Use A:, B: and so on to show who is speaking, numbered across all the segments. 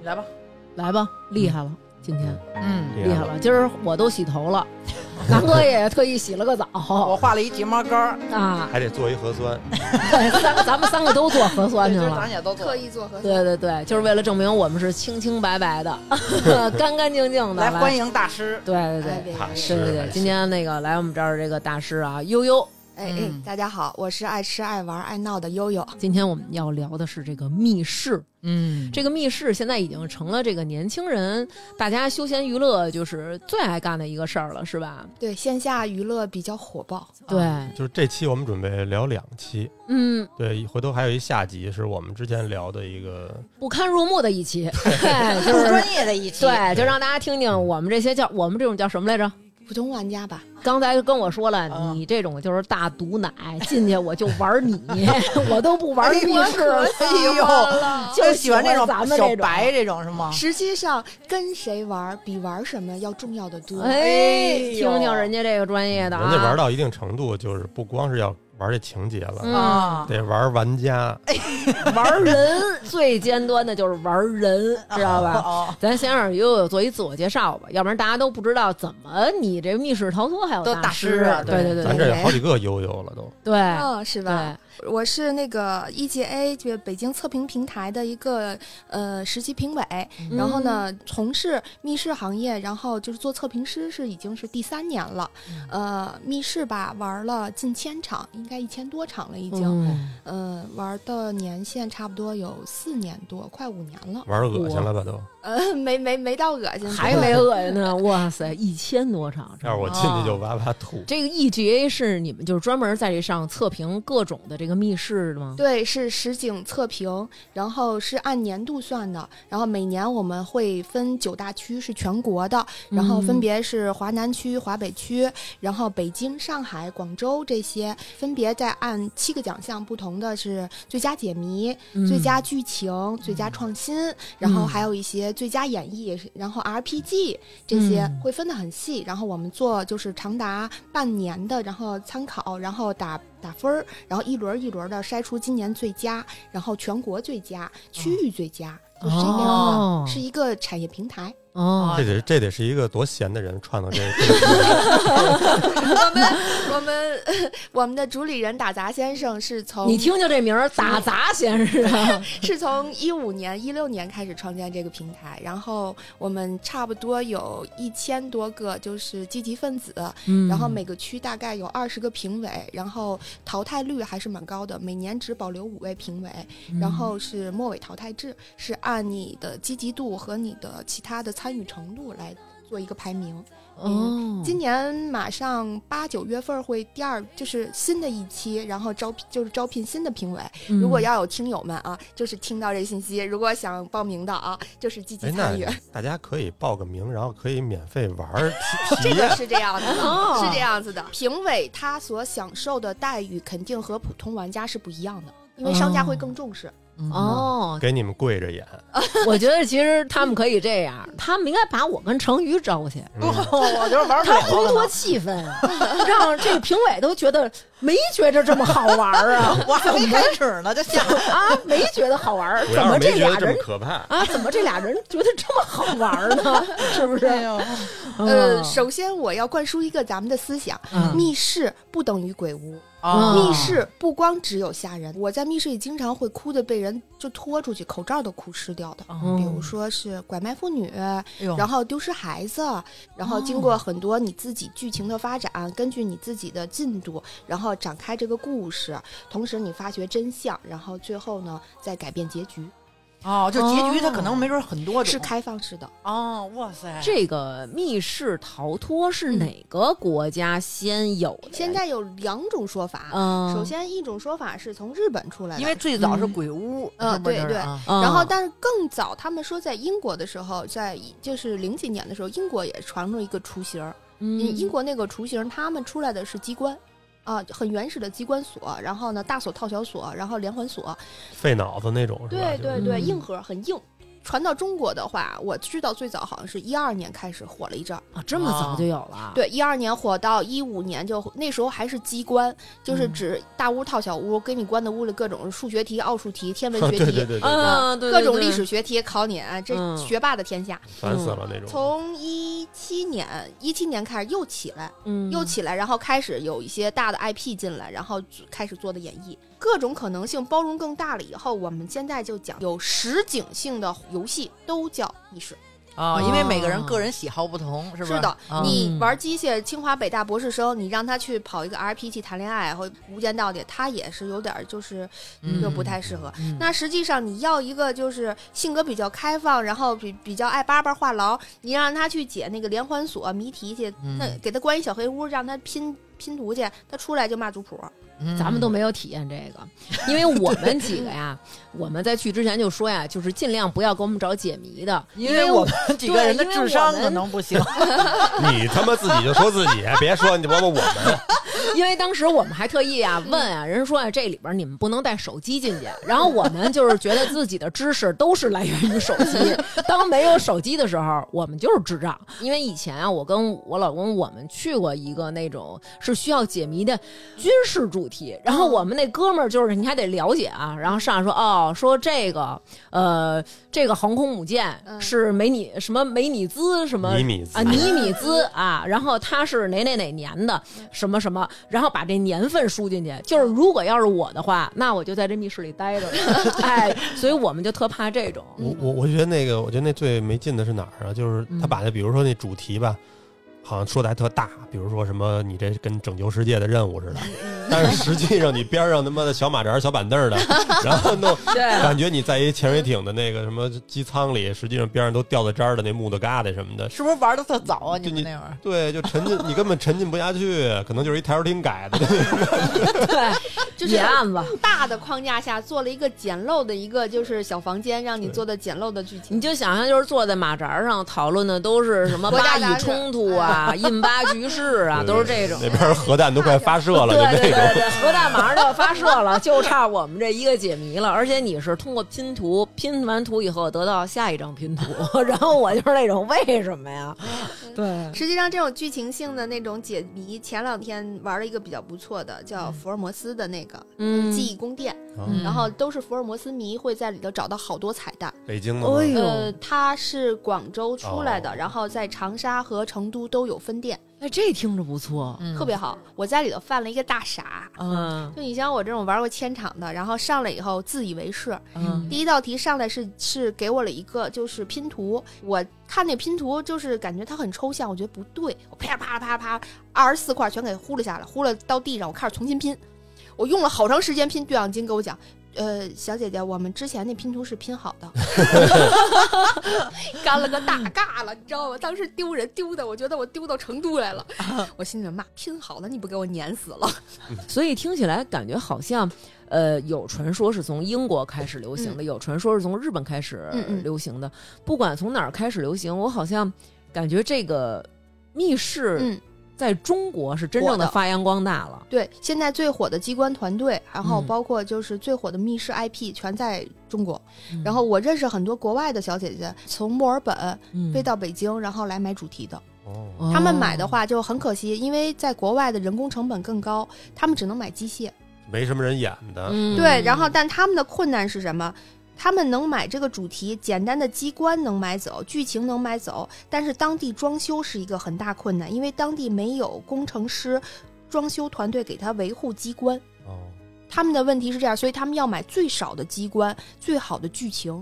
A: 你来吧，
B: 来吧，厉害了，今天
A: 嗯，
B: 厉害了，今儿我都洗头 了，南哥也特意洗了个
A: 我
B: 澡
A: 画了一睫毛膏儿，
B: 啊，
C: 还得做一核酸，
B: 对，三个咱们三个都做核酸
A: 对
B: 去
A: 今儿 咱
B: 了。
A: 也都做
D: 特。意做核酸。
B: 对对对，就是为了证明我们是清清白白 的，干干净净的。
A: 来欢迎大师，
B: 对对对
D: 哎，别
C: 怕
B: 对
C: 是
B: 对对，今天那个来我们这儿这个大师啊，悠悠，
D: 哎
A: 嗯
D: 哎，大家好，我是爱吃爱玩爱闹的悠悠。
B: 今天我们要聊的是这个密室。
A: 嗯
B: 这个密室现在已经成了这个年轻人大家休闲娱乐就是最爱干的一个事儿了，是吧？
D: 对，线下娱乐比较火爆，啊
B: 对，
C: 就是这期我们准备聊两期，
B: 嗯，
C: 对，回头还有一下集是我们之前聊的一个，
B: 不堪入目的 一期，对，就
A: 不
B: 是
A: 专业的一期，
B: 对，就让大家听听我们这些叫我们这种叫什么来着？
D: 普通玩家吧。
B: 刚才跟我说
A: 啊
B: 了，你这种就是大毒奶，进去我就玩 你，我都不玩
A: 哎
B: 密
A: 我
B: 室
A: 可
B: 了，
A: 喜欢
D: 了
B: 就
A: 就喜欢这种
B: 咱们
A: 小
B: 这种。
A: 白这种是
B: 啊
A: 吗？
D: 实际上，跟谁玩比玩什么要重要的多。
B: 哎，
A: 哎呦
B: 听听人家这个专业的啊，
C: 人家玩到一定程度，就是不光是要玩这情节了，
B: 嗯哎
A: 啊，
C: 得玩玩家，
B: 玩人最尖端的就是玩 人，知道吧？
A: 哦，
B: 咱先让悠悠做一自我介绍吧，要不然大家都不知道怎么你这密室逃脱还有
A: 都大
B: 师
A: 师啊
B: 对
A: 对
B: 对
C: 咱
B: 对
C: 这有好几个悠悠了都，
B: 对
D: 嗯，是吧？
B: 对，
D: 我是那个 E EGA，就是北京测评平台的一个呃实习评委，然后呢，
B: 嗯
D: 从事密室行业，然后就是做测评师，是已经是第三年了。
B: 嗯
D: 呃，密室吧玩了近千场，应该一千多场了，已
B: 嗯，已
D: 经。呃，玩的年限差不多有四年多，快五年 了。
C: 玩恶心了吧都，
D: 呃，没没没到恶心，
B: 还没恶心呢，哇塞，一千多场，
C: 要是啊我进去就哇哇吐，
B: 这个 EGA 是你们就是专门在这上测评各种的这个密室的吗？
D: 对，是实景测评，然后是按年度算的，然后每年我们会分九大区，是全国的，然后
B: 嗯
D: 分别是华南区、华北区，然后北京、上海、广州这些，分别再按七个奖项不同的是最佳解谜、
B: 嗯
D: 最佳剧情、最佳创新，然后还有一些最佳演绎，然后 RPG 这些
B: 嗯
D: 会分得很细。然后我们做就是长达半年的，然后参考，然后打打分儿，然后一轮儿一轮的筛出今年最佳，然后全国最佳、区域最佳，就是这样的，
B: 哦
D: 是一个产业平台。
B: 哦，
C: 这得这得是一个多闲的人创造这 个，
D: 我们 我们我们的主理人打杂先生是从
B: 你听听这名儿，打杂先生啊，
D: 是从一五年、一六年开始创建这个平台，然后我们差不多有一千多个就是积极分子，
B: 嗯
D: 然后每个区大概有二十个评委，然后淘汰率还是蛮高的，每年只保留五位评委，
B: 嗯
D: 然后是末尾淘汰制，是按你的积极度和你的其他的参与程度来做一个排名。
B: 哦，
D: 嗯今年马上八九月份会第二，就是新的一期，然后招聘就是招聘新的评委。如果
B: 嗯
D: 要有听友们啊，就是听到这信息，如果想报名的啊，就是积极
C: 哎，那
D: 参与。
C: 大家可以报个名，然后可以免费 玩儿体体
D: 这
C: 验
D: 个。是这样的，
B: 哦
D: 是这样子的。评委他所享受的待遇肯定和普通玩家是不一样的，因为商家会更重视。
B: 哦，
C: 给你们跪着演，
B: 我觉得其实他们可以这样，他们应该把我跟成瑜招去，
C: 嗯
A: 哦我就是玩不
B: 他
A: 了
B: 烘托
A: 了。
B: 气氛，
D: 啊
B: 让这个评委都觉得没觉着这么好玩儿 啊
A: 我还没开始呢，就下
B: 啊，没觉得好玩儿，
C: 我
B: 怎
C: 要
B: 么
C: 是没觉
B: 俩
C: 得这么
B: 人
C: 可怕，
B: 啊，怎么这俩人觉得这么好玩儿 呢？是不是？
A: 哦
D: 呃，
B: 嗯
D: 首先我要灌输一个咱们的思想：
B: 嗯
D: 密室不等于鬼屋，
B: 啊
A: 嗯
D: 密室不光只有吓人。我在密室里经常会哭的被人就拖出去，口罩都哭湿掉的。
B: 哦
A: 嗯
D: 比如说是拐卖妇女，然
A: 然
D: 后丢失孩子，啊然后经过很多你自己剧情的发展，根据你自己的进度，然后展开这个故事，同时你发掘真相，然后最后呢再改变结局，
A: 哦，就结局他可能没准很多种
D: 是开放式的。
A: 哦，哇塞，
B: 这个密室逃脱是哪个国家先有的呀？
D: 现在有两种说法，
B: 嗯，
D: 首先一种说法是从日本出来的，
A: 因为最早是鬼屋，
D: 嗯
A: 是不是
D: 呃对对
A: 啊
B: 嗯，
D: 然后，但是更早，他们说在英国的时候，在就是零几年的时候，英国也传入一个雏形儿，英
B: 嗯
D: 英国那个雏形，他们出来的是机关，啊，很原始的机关锁，然后呢，大锁套小锁，然后连环锁，
C: 费脑子那种是吧？
D: 对
C: 就是
D: 对对，
B: 嗯
D: 硬核很硬。传到中国的话，我知道最早好像是一二年开始火了一阵儿，
B: 啊，这么早就有了，
D: 对，一二年火到一五年就那时候还是机关，就是
B: 嗯
D: 指大屋套小屋，给你关在屋里各种数学题、奥数题、天文 学
C: 啊对
D: 题，
C: 对对对，对
B: 嗯，对，对
D: 各种历
B: 对
D: 史学题考你，啊，这
B: 嗯
D: 学霸的天下。
C: 烦死了那种。
D: 从一七年一七年开始又起来，
B: 嗯
D: 又起来，然后开始有一些大的 IP 进来，然后做开始做的演绎，各种可能性包容更大了。以后我们现在就讲有实景性的游戏都叫密室，
A: 啊，因为每个人个人喜好不同，是不
D: 是的，
A: 啊
D: 你玩机械，清华北大博士生，你让他去跑一个 RPG 谈恋爱或无间道去，他也是有点儿就是
A: 嗯
D: 就不太适合。
B: 嗯
D: 那实际上你要一个就是性格比较开放，然后比比较爱叭叭话痨，你让他去解那个连环锁谜题去，
A: 嗯
D: 那给他关一小黑屋，让他拼拼图去，他出来就骂族谱。
A: 嗯
B: 咱们都没有体验这个，因为我们几个呀，我们在去之前就说呀，就是尽量不要给我们找解谜的，
A: 因
B: 为
A: 为我们几个人的
B: 因为我
A: 智商
B: 们
A: 可能不行，
C: 你他妈自己就说自己，别说你包括我们。
B: 因为当时我们还特意啊问啊，人家说啊这里边你们不能带手机进去，然后我们就是觉得自己的知识都是来源于手机，当没有手机的时候，我们就是智障。因为以前啊，我跟我老公我们去过一个那种是需要解谜的军事主题，然后我们那哥们儿就是你还得了解啊，然后上来说哦说这个呃这个航空母舰
D: 嗯
B: 是梅尼什么梅尼兹什么
C: 尼米兹
B: 啊尼米兹啊，然后他是哪哪哪年的什么什么，然后把这年份输进去。就是如果要是我的话，那我就在这密室里待着了， 哎，所以我们就特怕这种。
C: 我我我觉得那个，我觉得那最没劲的是哪儿啊？就是他把那，比如说那主题吧，好像说的还特大，比如说什么你这跟拯救世界的任务似的， 但是实际上你边上他妈的小马扎、小板凳儿 的，然后弄
B: 对，
C: 感觉你在一潜水艇的那个什么机舱里，实际上边上都掉的渣儿的那木头疙瘩什么的。
A: 是不是玩的特早啊？你
C: 就你
A: 们那会儿
C: 对，就沉浸，你根本沉浸不下去，可能就是一台球厅改的。
D: 就是
B: 野案子，
D: 大的框架下做了一个简陋的一个就是小房间，让你做的简陋的剧情。
B: 你就想象就是坐在马扎上讨论的都是什么
D: 国
B: 巴
D: 家
B: 以冲突 啊、印巴局势啊，都是这种。
C: 那边核弹都快发射了，就
B: 对对
C: 那
B: 对
C: 种。
B: 对，核弹马上就要发射了， 就差我们这一个解谜了。而且你是通过拼图，拼完图以后得到下一张拼图， 然后我就是那种为什么呀？对，
D: 实际上，这种剧情性的那种解谜，前两天玩了一个比较不错的，叫福尔摩斯的那个
B: 嗯
D: 记忆宫殿，
A: 嗯
D: 然后都是福尔摩斯迷，会在里头找到好多彩蛋。
C: 北京的吗
B: 哎呦
D: 呃，，它是广州出来的，
C: 哦
D: 然后在长沙和成都都有分店，
B: 哎，这听着不错，
A: 嗯
D: 特别好。我在里头犯了一个大傻，
B: 嗯
D: 就你像我这种玩过千场的，然后上来以后自以为是。
B: 嗯
D: 第一道题上来是是给我了一个就是拼图，我看那拼图就是感觉它很抽象，我觉得不对，我啪啪啪啪二十四块全给糊了下来，糊了到地上，我开始重新拼。我用了好长时间拼，对讲机跟我讲。呃，小姐姐，我们之前那拼图是拼好的， 干了个大尬了，你知道吗？当时丢人丢的，我觉得我丢到成都来了，我心里面骂拼好了，你不给我碾死了？
B: 所以听起来感觉好像，呃，有传说是从英国开始流行的，有传说是从日本开始
D: 嗯嗯
B: 流行的。不管从哪儿开始流行，我好像感觉这个密室
D: 嗯，
B: 在中国是真正的
D: 火的
B: 发扬光大了。
D: 对，现在最火的机关团队，然后
B: 嗯
D: 包括就是最火的密室 IP，全在中国。
B: 嗯
D: 然后我认识很多国外的小姐姐，从墨尔本
B: 嗯
D: 飞到北京，然后来买主题的。
C: 哦，
B: 哦
D: 他们买的话就很可惜，因为在国外的人工成本更高，他们只能买机械。
C: 没什么人演的。
B: 嗯
D: 对，然后但他们的困难是什么？他们能买这个主题，简单的机关能买走，剧情能买走，但是当地装修是一个很大困难，因为当地没有工程师、装修团队给他维护机关。
C: 哦，
D: 他们的问题是这样，所以他们要买最少的机关，最好的剧情。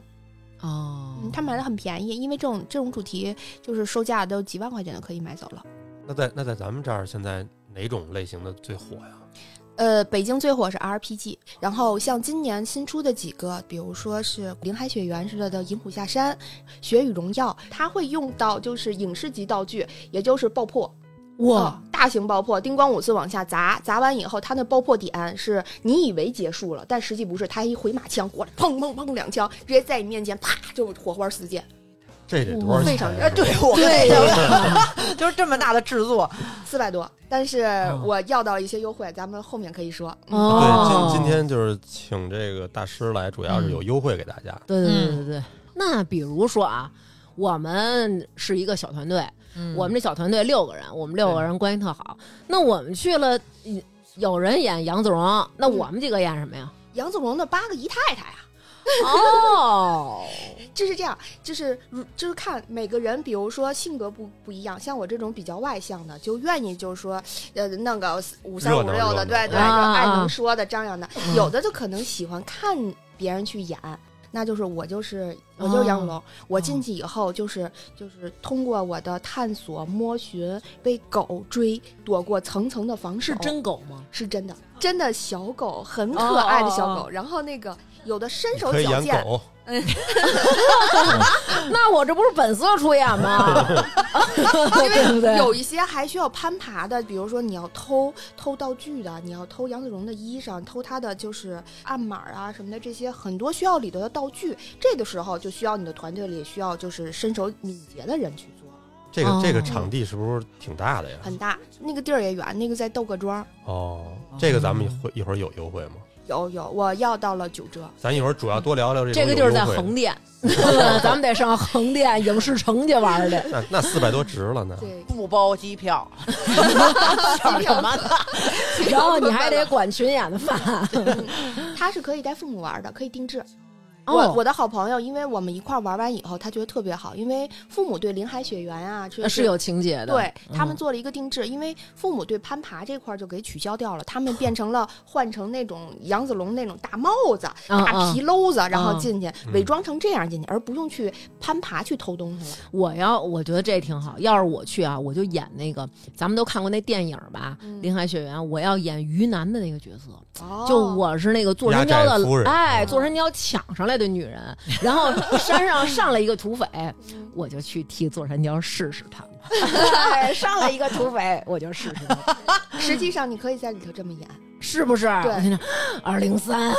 B: 哦
D: 嗯，他们买的很便宜，因为这种这种主题就是售价都几万块钱就可以买走了。
C: 那在那在咱们这儿现在哪种类型的最火呀？
D: 呃，北京最火是 RPG，然后像今年新出的几个，比如说是《林海雪原》似的的《银虎下山》《雪与荣耀》，它会用到就是影视级道具，也就是爆破，
B: 哇，
D: 嗯大型爆破，叮咣五次往下砸，砸完以后，它那爆破点是你以为结束了，但实际不是，它一回马枪过来，砰砰砰两枪，直接在你面前啪就火花四溅，
C: 这得
B: 哦
C: 多少
D: 非
C: 钱
D: 常
C: 啊？
A: 哎，对 我跟
D: 对
A: 你讲，就是这么大的制作，
D: 四百多。但是我要到了一些优惠，咱们后面可以说。嗯
B: 哦嗯
C: 对，今今天就是请这个大师来，主要是有优惠给大家。
D: 嗯
B: 对对对对对，那比如说啊，我们是一个小团队，
A: 嗯
B: 我们这小团队六个人，我们六
D: 嗯
B: 个人关系特好。那我们去了，嗯有人演杨子荣，那
D: 嗯
B: 我们几个演什么呀？
D: 杨子荣的八个姨太太啊，
B: 哦，
D: 就是这样，就是如就是看每个人，比如说性格不不一样，像我这种比较外向的，就愿意就是说，呃，弄个五三
C: 热
D: 五
C: 闹
D: 六
C: 热闹
D: 的，对对，就
B: 啊嗯
D: 爱
B: 啊
D: 能说的张扬的， 有的就可能喜欢看别人去演。那就是我就是我就是
B: 嗯
D: 杨子龙，我进去以后就是就是通过我的探索摸寻，被狗追，躲过层层的防守，
B: 是真狗吗？
D: 是真的，真的小狗，很可爱的小狗。
B: 哦哦
D: 然后那个有的身手
C: 可以
D: 矫
C: 演
D: 健，
C: 狗，
B: 那我这不是本色出演吗？ 对不对？
D: 哦有一些还需要攀爬的，比如说你要偷偷道具的，你要偷杨子荣的衣裳，偷他的就是暗码啊什么的，这些很多需要里头的道具。这个时候就需要你的团队里需要就是身手敏捷的人去做，
C: 这个这个
B: 哦
C: 场地是不是挺大的呀？
D: 很 大，那个地儿也远，那个在窦各庄。
C: 哦，这个咱们
B: 嗯
C: 会一会儿有优惠吗？
D: 有有，我要到了九折，
C: 咱一会儿主要多聊聊这
B: 这个
C: 种
B: 就是在
C: 有优惠
B: 横店，咱们得上横店影视城去玩 儿去。
C: 那那四百多值 了呢。
D: 对，
A: 不包机票， 想什么呢？
B: 然后你还得管群演的饭。
D: 它是可以带父母玩的，可以定制。
B: 哦
D: 我我的好朋友，因为我们一块儿玩完以后，他觉得特别好，因为父母对林海雪原啊，就 是
B: 呃是有情节的，
D: 对他们
B: 嗯
D: 做了一个定制，因为父母对攀爬这块儿就给取消掉了，他们变成了 换成那种杨子龙那种大帽子、
B: 嗯
D: 大
B: 嗯
D: 皮褛子，然后
B: 嗯
D: 进去伪装成这样进去，而不用去攀爬去偷东西了。
B: 我要我觉得这挺好。要是我去啊，我就演那个，咱们都看过那电影吧，
D: 嗯
B: 林海雪原》，我要演于南的那个角色，
D: 哦
B: 就 我是那个坐山
C: 压
B: 雕
C: 寨夫
B: 的，
C: 人
B: 哎，
D: 嗯
B: 坐山雕抢上来的女人，然后山上上来一个土匪，我就去替坐山雕试试他们，上来一个土匪，我就试试他们。
D: 实际上你可以在里头这么演，
B: 是不是？
D: 对
B: 我就那二零三，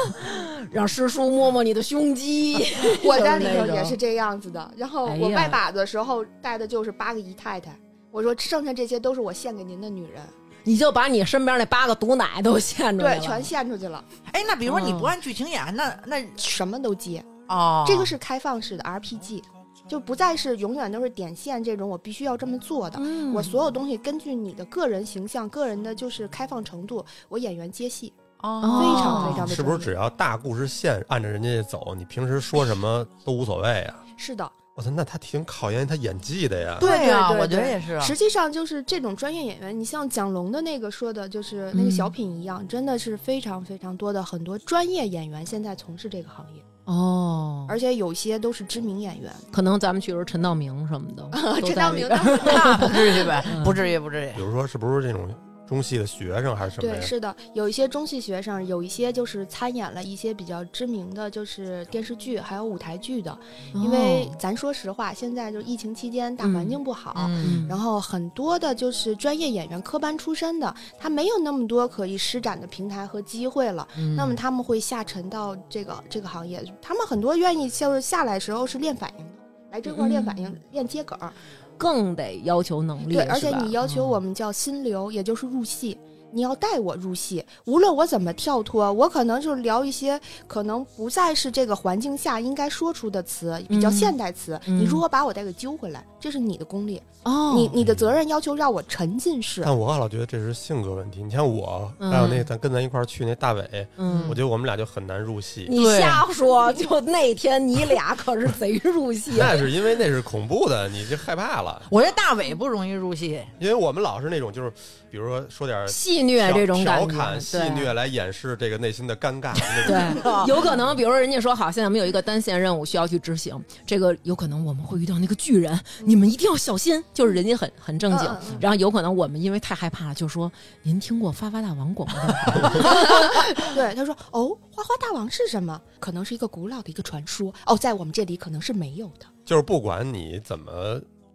B: 让师叔摸摸你的胸肌。
D: 我在里
B: 就
D: 头
B: 那种
D: 也是这样子的。然后
B: 哎
D: 我
B: 呀
D: 拜把子的时候带的就是八个姨太太，我说剩下这些都是我献给您的女人，
B: 你就把你身边那八个毒奶都献出来
D: 对，
B: 了
D: 全献出去了，
A: 哎，那比如说你不按剧情演，那那
D: 什么都接。
A: 哦，
D: 这个是开放式的 RPG，就不再是永远都是点线这种我必须要这么做的。
B: 嗯
D: 我所有东西根据你的个人形象、个人的就是开放程度，我演员接戏，非
A: 哦，
D: 常非常的
C: 啊是不是
D: 专业
C: 只要大故事线按着人家走，你平时说什么都无所谓啊？
D: 是的，
C: 我操，那他挺考验他演技的呀。
D: 对
A: 呀，
D: 对对
A: 啊我觉得也是。
D: 实际上就是这种专业演员，你像蒋龙的那个说的，就是
A: 嗯
D: 那个小品一样，真的是非常非常多的很多专业演员现在从事这个行业，
B: 哦，
D: 而且有些都是知名演员。
B: 可能咱们去的时候陈道明什 么的，
D: 陈道明
B: 都在里边
A: 那不至于呗
B: 嗯，
A: 不至于，不至于
C: 比。如说，是不是这种中戏的学生还是什么
D: 对，
C: 呀？
D: 是的，有一些中戏学生，有一些就是参演了一些比较知名的，就是电视剧还有舞台剧的。因为
B: 哦
D: 咱说实话，现在就疫情期间大环境不好，
A: 嗯，
D: 然后很多的就是专业演员科班出身的，他没有那么多可以施展的平台和机会了，
B: 嗯
D: 那么他们会下沉到这个这个行业，他们很多愿意就是下来时候是练反应的。来这块
B: 嗯
D: 儿练反应，练接梗儿，
B: 更得要求能力，
D: 对，而且
B: 是吧嗯
D: 你要求我们叫心流，也就是入戏，你要带我入戏，无论我怎么跳脱，我可能就是聊一些可能不再是这个环境下应该说出的词，比较
B: 嗯
D: 现代词，你
B: 嗯
D: 如何把我再给揪回来，这是你的功力。
B: 哦，
D: 你你的责任要求让我沉浸式，
C: 但我老觉得这是性格问题。你像我，
B: 嗯
C: 还有那咱跟咱一块儿去那大伟，
B: 嗯
C: 我觉得我们俩就很难入戏。
B: 你瞎说，就那天你俩可是贼入 戏，
C: 那是因为那是恐怖的，你就害怕了。
A: 我觉得大伟不容易入戏，
C: 因为我们老是那种就是，比如说说点儿
B: 戏虐
C: 调
B: 这种感
C: 调
B: 觉，
C: 侃、戏
B: 对
C: 谑来掩饰这个内心的尴尬。那种
B: 对，有可能，比如说人家说好，现在我们有一个单线任务需要去执行，这个有可能我们会遇到那个巨人，你们一定要小心。就是人家很很正经
D: 嗯嗯嗯，
B: 然后有可能我们因为太害怕了，就说您听过发发大王广播吗？
D: 对，他说哦，花花大王是什么？可能是一个古老的一个传说哦，在我们这里可能是没有的，
C: 就是不管你怎么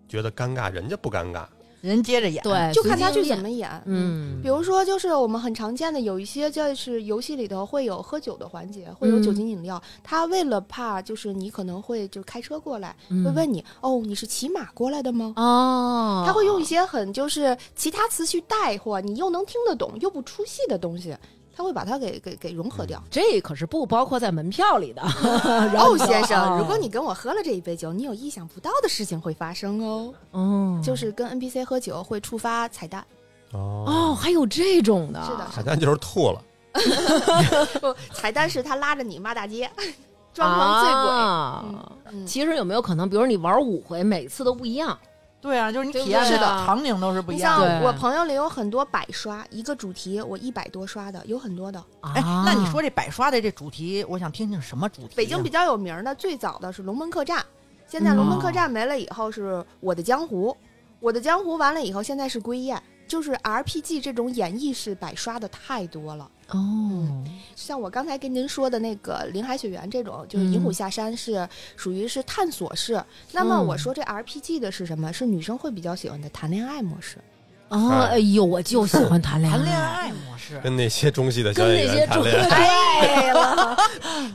C: 觉得尴尬，人家不尴尬。
A: 人接着演。，
B: 对，
D: 就看他去怎
B: 演。
D: 么演。，
B: 嗯
D: 比如说就是我们很常见的有一些就是游戏里头会有喝酒的环节，会有
B: 嗯
D: 酒精饮料，他为了怕就是你可能会就开车过来，
B: 嗯
D: 会问你哦，你是骑马过来的吗？
B: 哦，
D: 他会用一些很就是其他词去带货，你又能听得懂又不出戏的东西。它会把它给给给融合掉。
B: 这可是不包括在门票里的。然后
D: 哦，先生，
B: 哦
D: 如果你跟我喝了这一杯酒，你有意想不到的事情会发生哦，
B: 嗯，
D: 就是跟 NPC 喝酒会触发彩蛋。
B: 哦，
C: 哦，
B: 还有这种的，
D: 是的，
C: 海丹就是吐了，
D: 不， 彩蛋是他拉着你骂大街， 装狂醉鬼。
B: 啊。
D: 嗯
B: 其实有没有可能，比如你玩五回，每次都不一样？
A: 对啊，就是你
B: 对不
A: 体验
B: 对
A: 的
B: 啊
A: 场景都是不
D: 你
A: 一样的。
D: 像
B: 对
D: 我朋友里有很多百刷，一个主题我一百多刷的，有很多的。
A: 哎，
B: 啊
A: 那你说这百刷的这主题，我想听听什么主题呀？啊
D: 北京比较有名儿的，最早的是龙门客栈，现在
B: 嗯
D: 龙门客栈没了以后是我的江湖，我的江湖完了以后现在是归雁，就是 RPG 这种演绎式百刷的太多了。
B: 哦，
D: 像我刚才跟您说的那个《林海雪原》这种，就是《银虎
B: 嗯
D: 下山》是属于是探索式。那么
B: 嗯
D: 我说这 RPG 的是什么？是女生会比较喜欢的谈恋爱模式。
B: 啊，哎呦，我就喜欢谈恋
A: 谈恋
B: 爱，
A: 爱模式，
C: 跟那些中戏的小
B: 跟
C: 演
B: 那些
C: 员谈恋爱。
D: 哎了，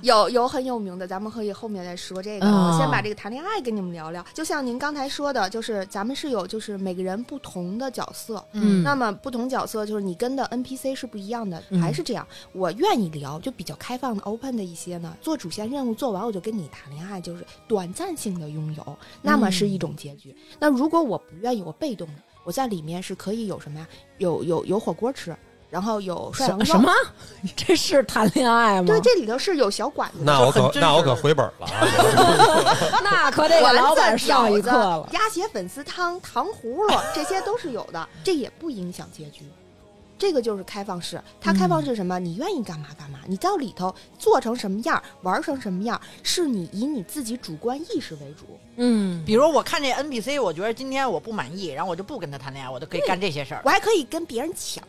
D: 有有很有名的，咱们可以后面再说这个。
B: 嗯
D: 我先把这个谈恋爱跟你们聊聊。就像您刚才说的，就是咱们是有就是每个人不同的角色，
B: 嗯
D: 那么不同角色就是你跟的 NPC 是不一样的，
B: 嗯
D: 还是这样？我愿意聊就比较开放的 open 的一些呢，做主线任务做完我就跟你谈恋爱，就是短暂性的拥有，那么是一种结局。
B: 嗯
D: 那如果我不愿意，我被动的，我在里面是可以有什么呀？有有有火锅吃。然后有涮羊肉
B: 什，什么？ 这是谈恋爱吗？
D: 对，这里头是有小馆子的，
C: 那我可
A: 很真实
C: 那我可回本了 啊！
B: 那可得给
D: 丸子
B: 老板上一
D: 饺子
B: 课了。
D: 鸭血粉丝汤、糖 葫芦，这些都是有的，这也不影响结局。这个就是开放式，它开
B: 嗯
D: 放式什么？你愿意干嘛干嘛，你到里头做成什么样儿，玩成什么样儿，是你以你自己主观意识为主。
B: 嗯，
A: 比如我看这 NPC，我觉得今天我不满意，然后我就不跟他谈恋爱，我就可以
B: 嗯
A: 干这些事儿。
D: 我还可以跟别人抢，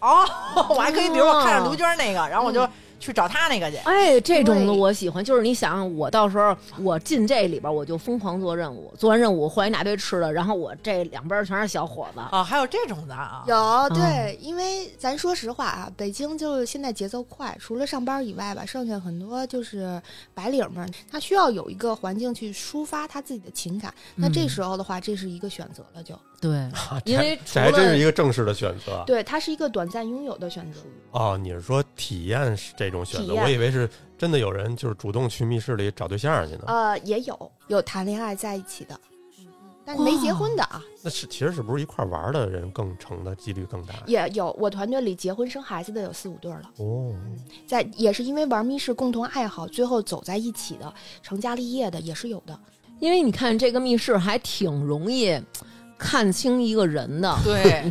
A: 哦，我还可以，比如我看上
B: 哦
A: 卢娟那个，然后我就去找她那个去。
B: 哎，这种的
D: 对
B: 我喜欢，就是你想，我到时候我进这里边，我就疯狂做任务，做完任务我换一大堆吃的，然后我这两边全是小伙子，
A: 啊，还有这种的啊，
D: 有对，因为咱说实话啊，北京就是现在节奏快，除了上班以外吧，剩下很多就是白领们，他需要有一个环境去抒发他自己的情感。那
B: 嗯
D: 这
B: 啊
D: 时候的话，这是一个选择了就，
B: 对，
C: 这
B: 因为除
C: 啊这还真
B: 了
C: 是一个正式的选择啊
D: 对，它是一个短暂拥有的选择。
C: 哦。你是说体验是这种选择？
D: 体验
C: 我以为是真的有人就是主动去密室里找对象去呢。
D: 呃，也有有谈恋爱在一起的，但是没结婚的啊，
C: 那是其实是不是一块玩的人更成的几率更大？
D: 也有。我团队里结婚生孩子的有四五对儿了，
C: 哦，
D: 在也是因为玩密室共同爱好，最后走在一起的，成家立业的也是有的。
B: 因为你看这个密室还挺容易看清一个人的。你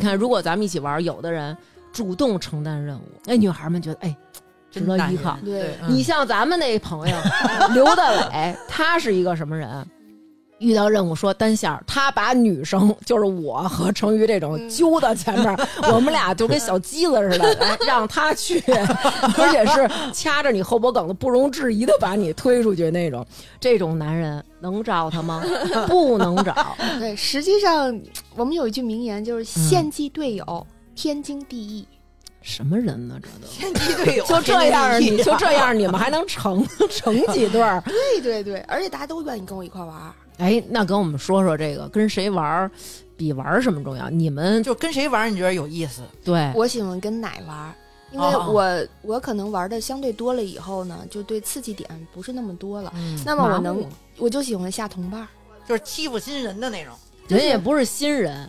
A: 对，
B: 看，如果咱们一起玩，有的人主动承担任务，那女孩们觉得哎 值
A: 真
B: 得
A: 男
B: 依
A: 人
B: 靠。
A: 对
D: 对，
A: 嗯
B: 你像咱们那朋友刘大伟，他是一个什么人？遇到任务说单线儿，他把女生就是我和成瑜这种
D: 嗯
B: 揪到前面儿，我们俩就跟小鸡子似的，来让他去，而且是掐着你后脖梗子，不容置疑的把你推出去那种。这种男人能找他吗？不能找。
D: 对，实际上我们有一句名言，就是“献祭队友，天经地义
B: 什么人呢？这 都
A: 天敌队友
B: 就这样儿，
A: 天
B: 你
A: 敌
B: 就这样儿，你们还能成成几对儿”。？
D: 对对对，而且大家都愿意跟我一块玩儿。
B: 哎，那跟我们说说这个跟谁玩儿，比玩儿什么重要？你们
A: 就跟谁玩儿你觉得有意思？
B: 对，
D: 我喜欢跟奶玩儿，因为
A: 哦哦
D: 我、我可能玩的相对多了以后呢，就对刺激点不是那么多了。
A: 嗯，
D: 那么我
B: 麻
D: 能
B: 木，
D: 我就喜欢下同伴儿。
A: 就是欺负新人的那种
B: 人也不是新人，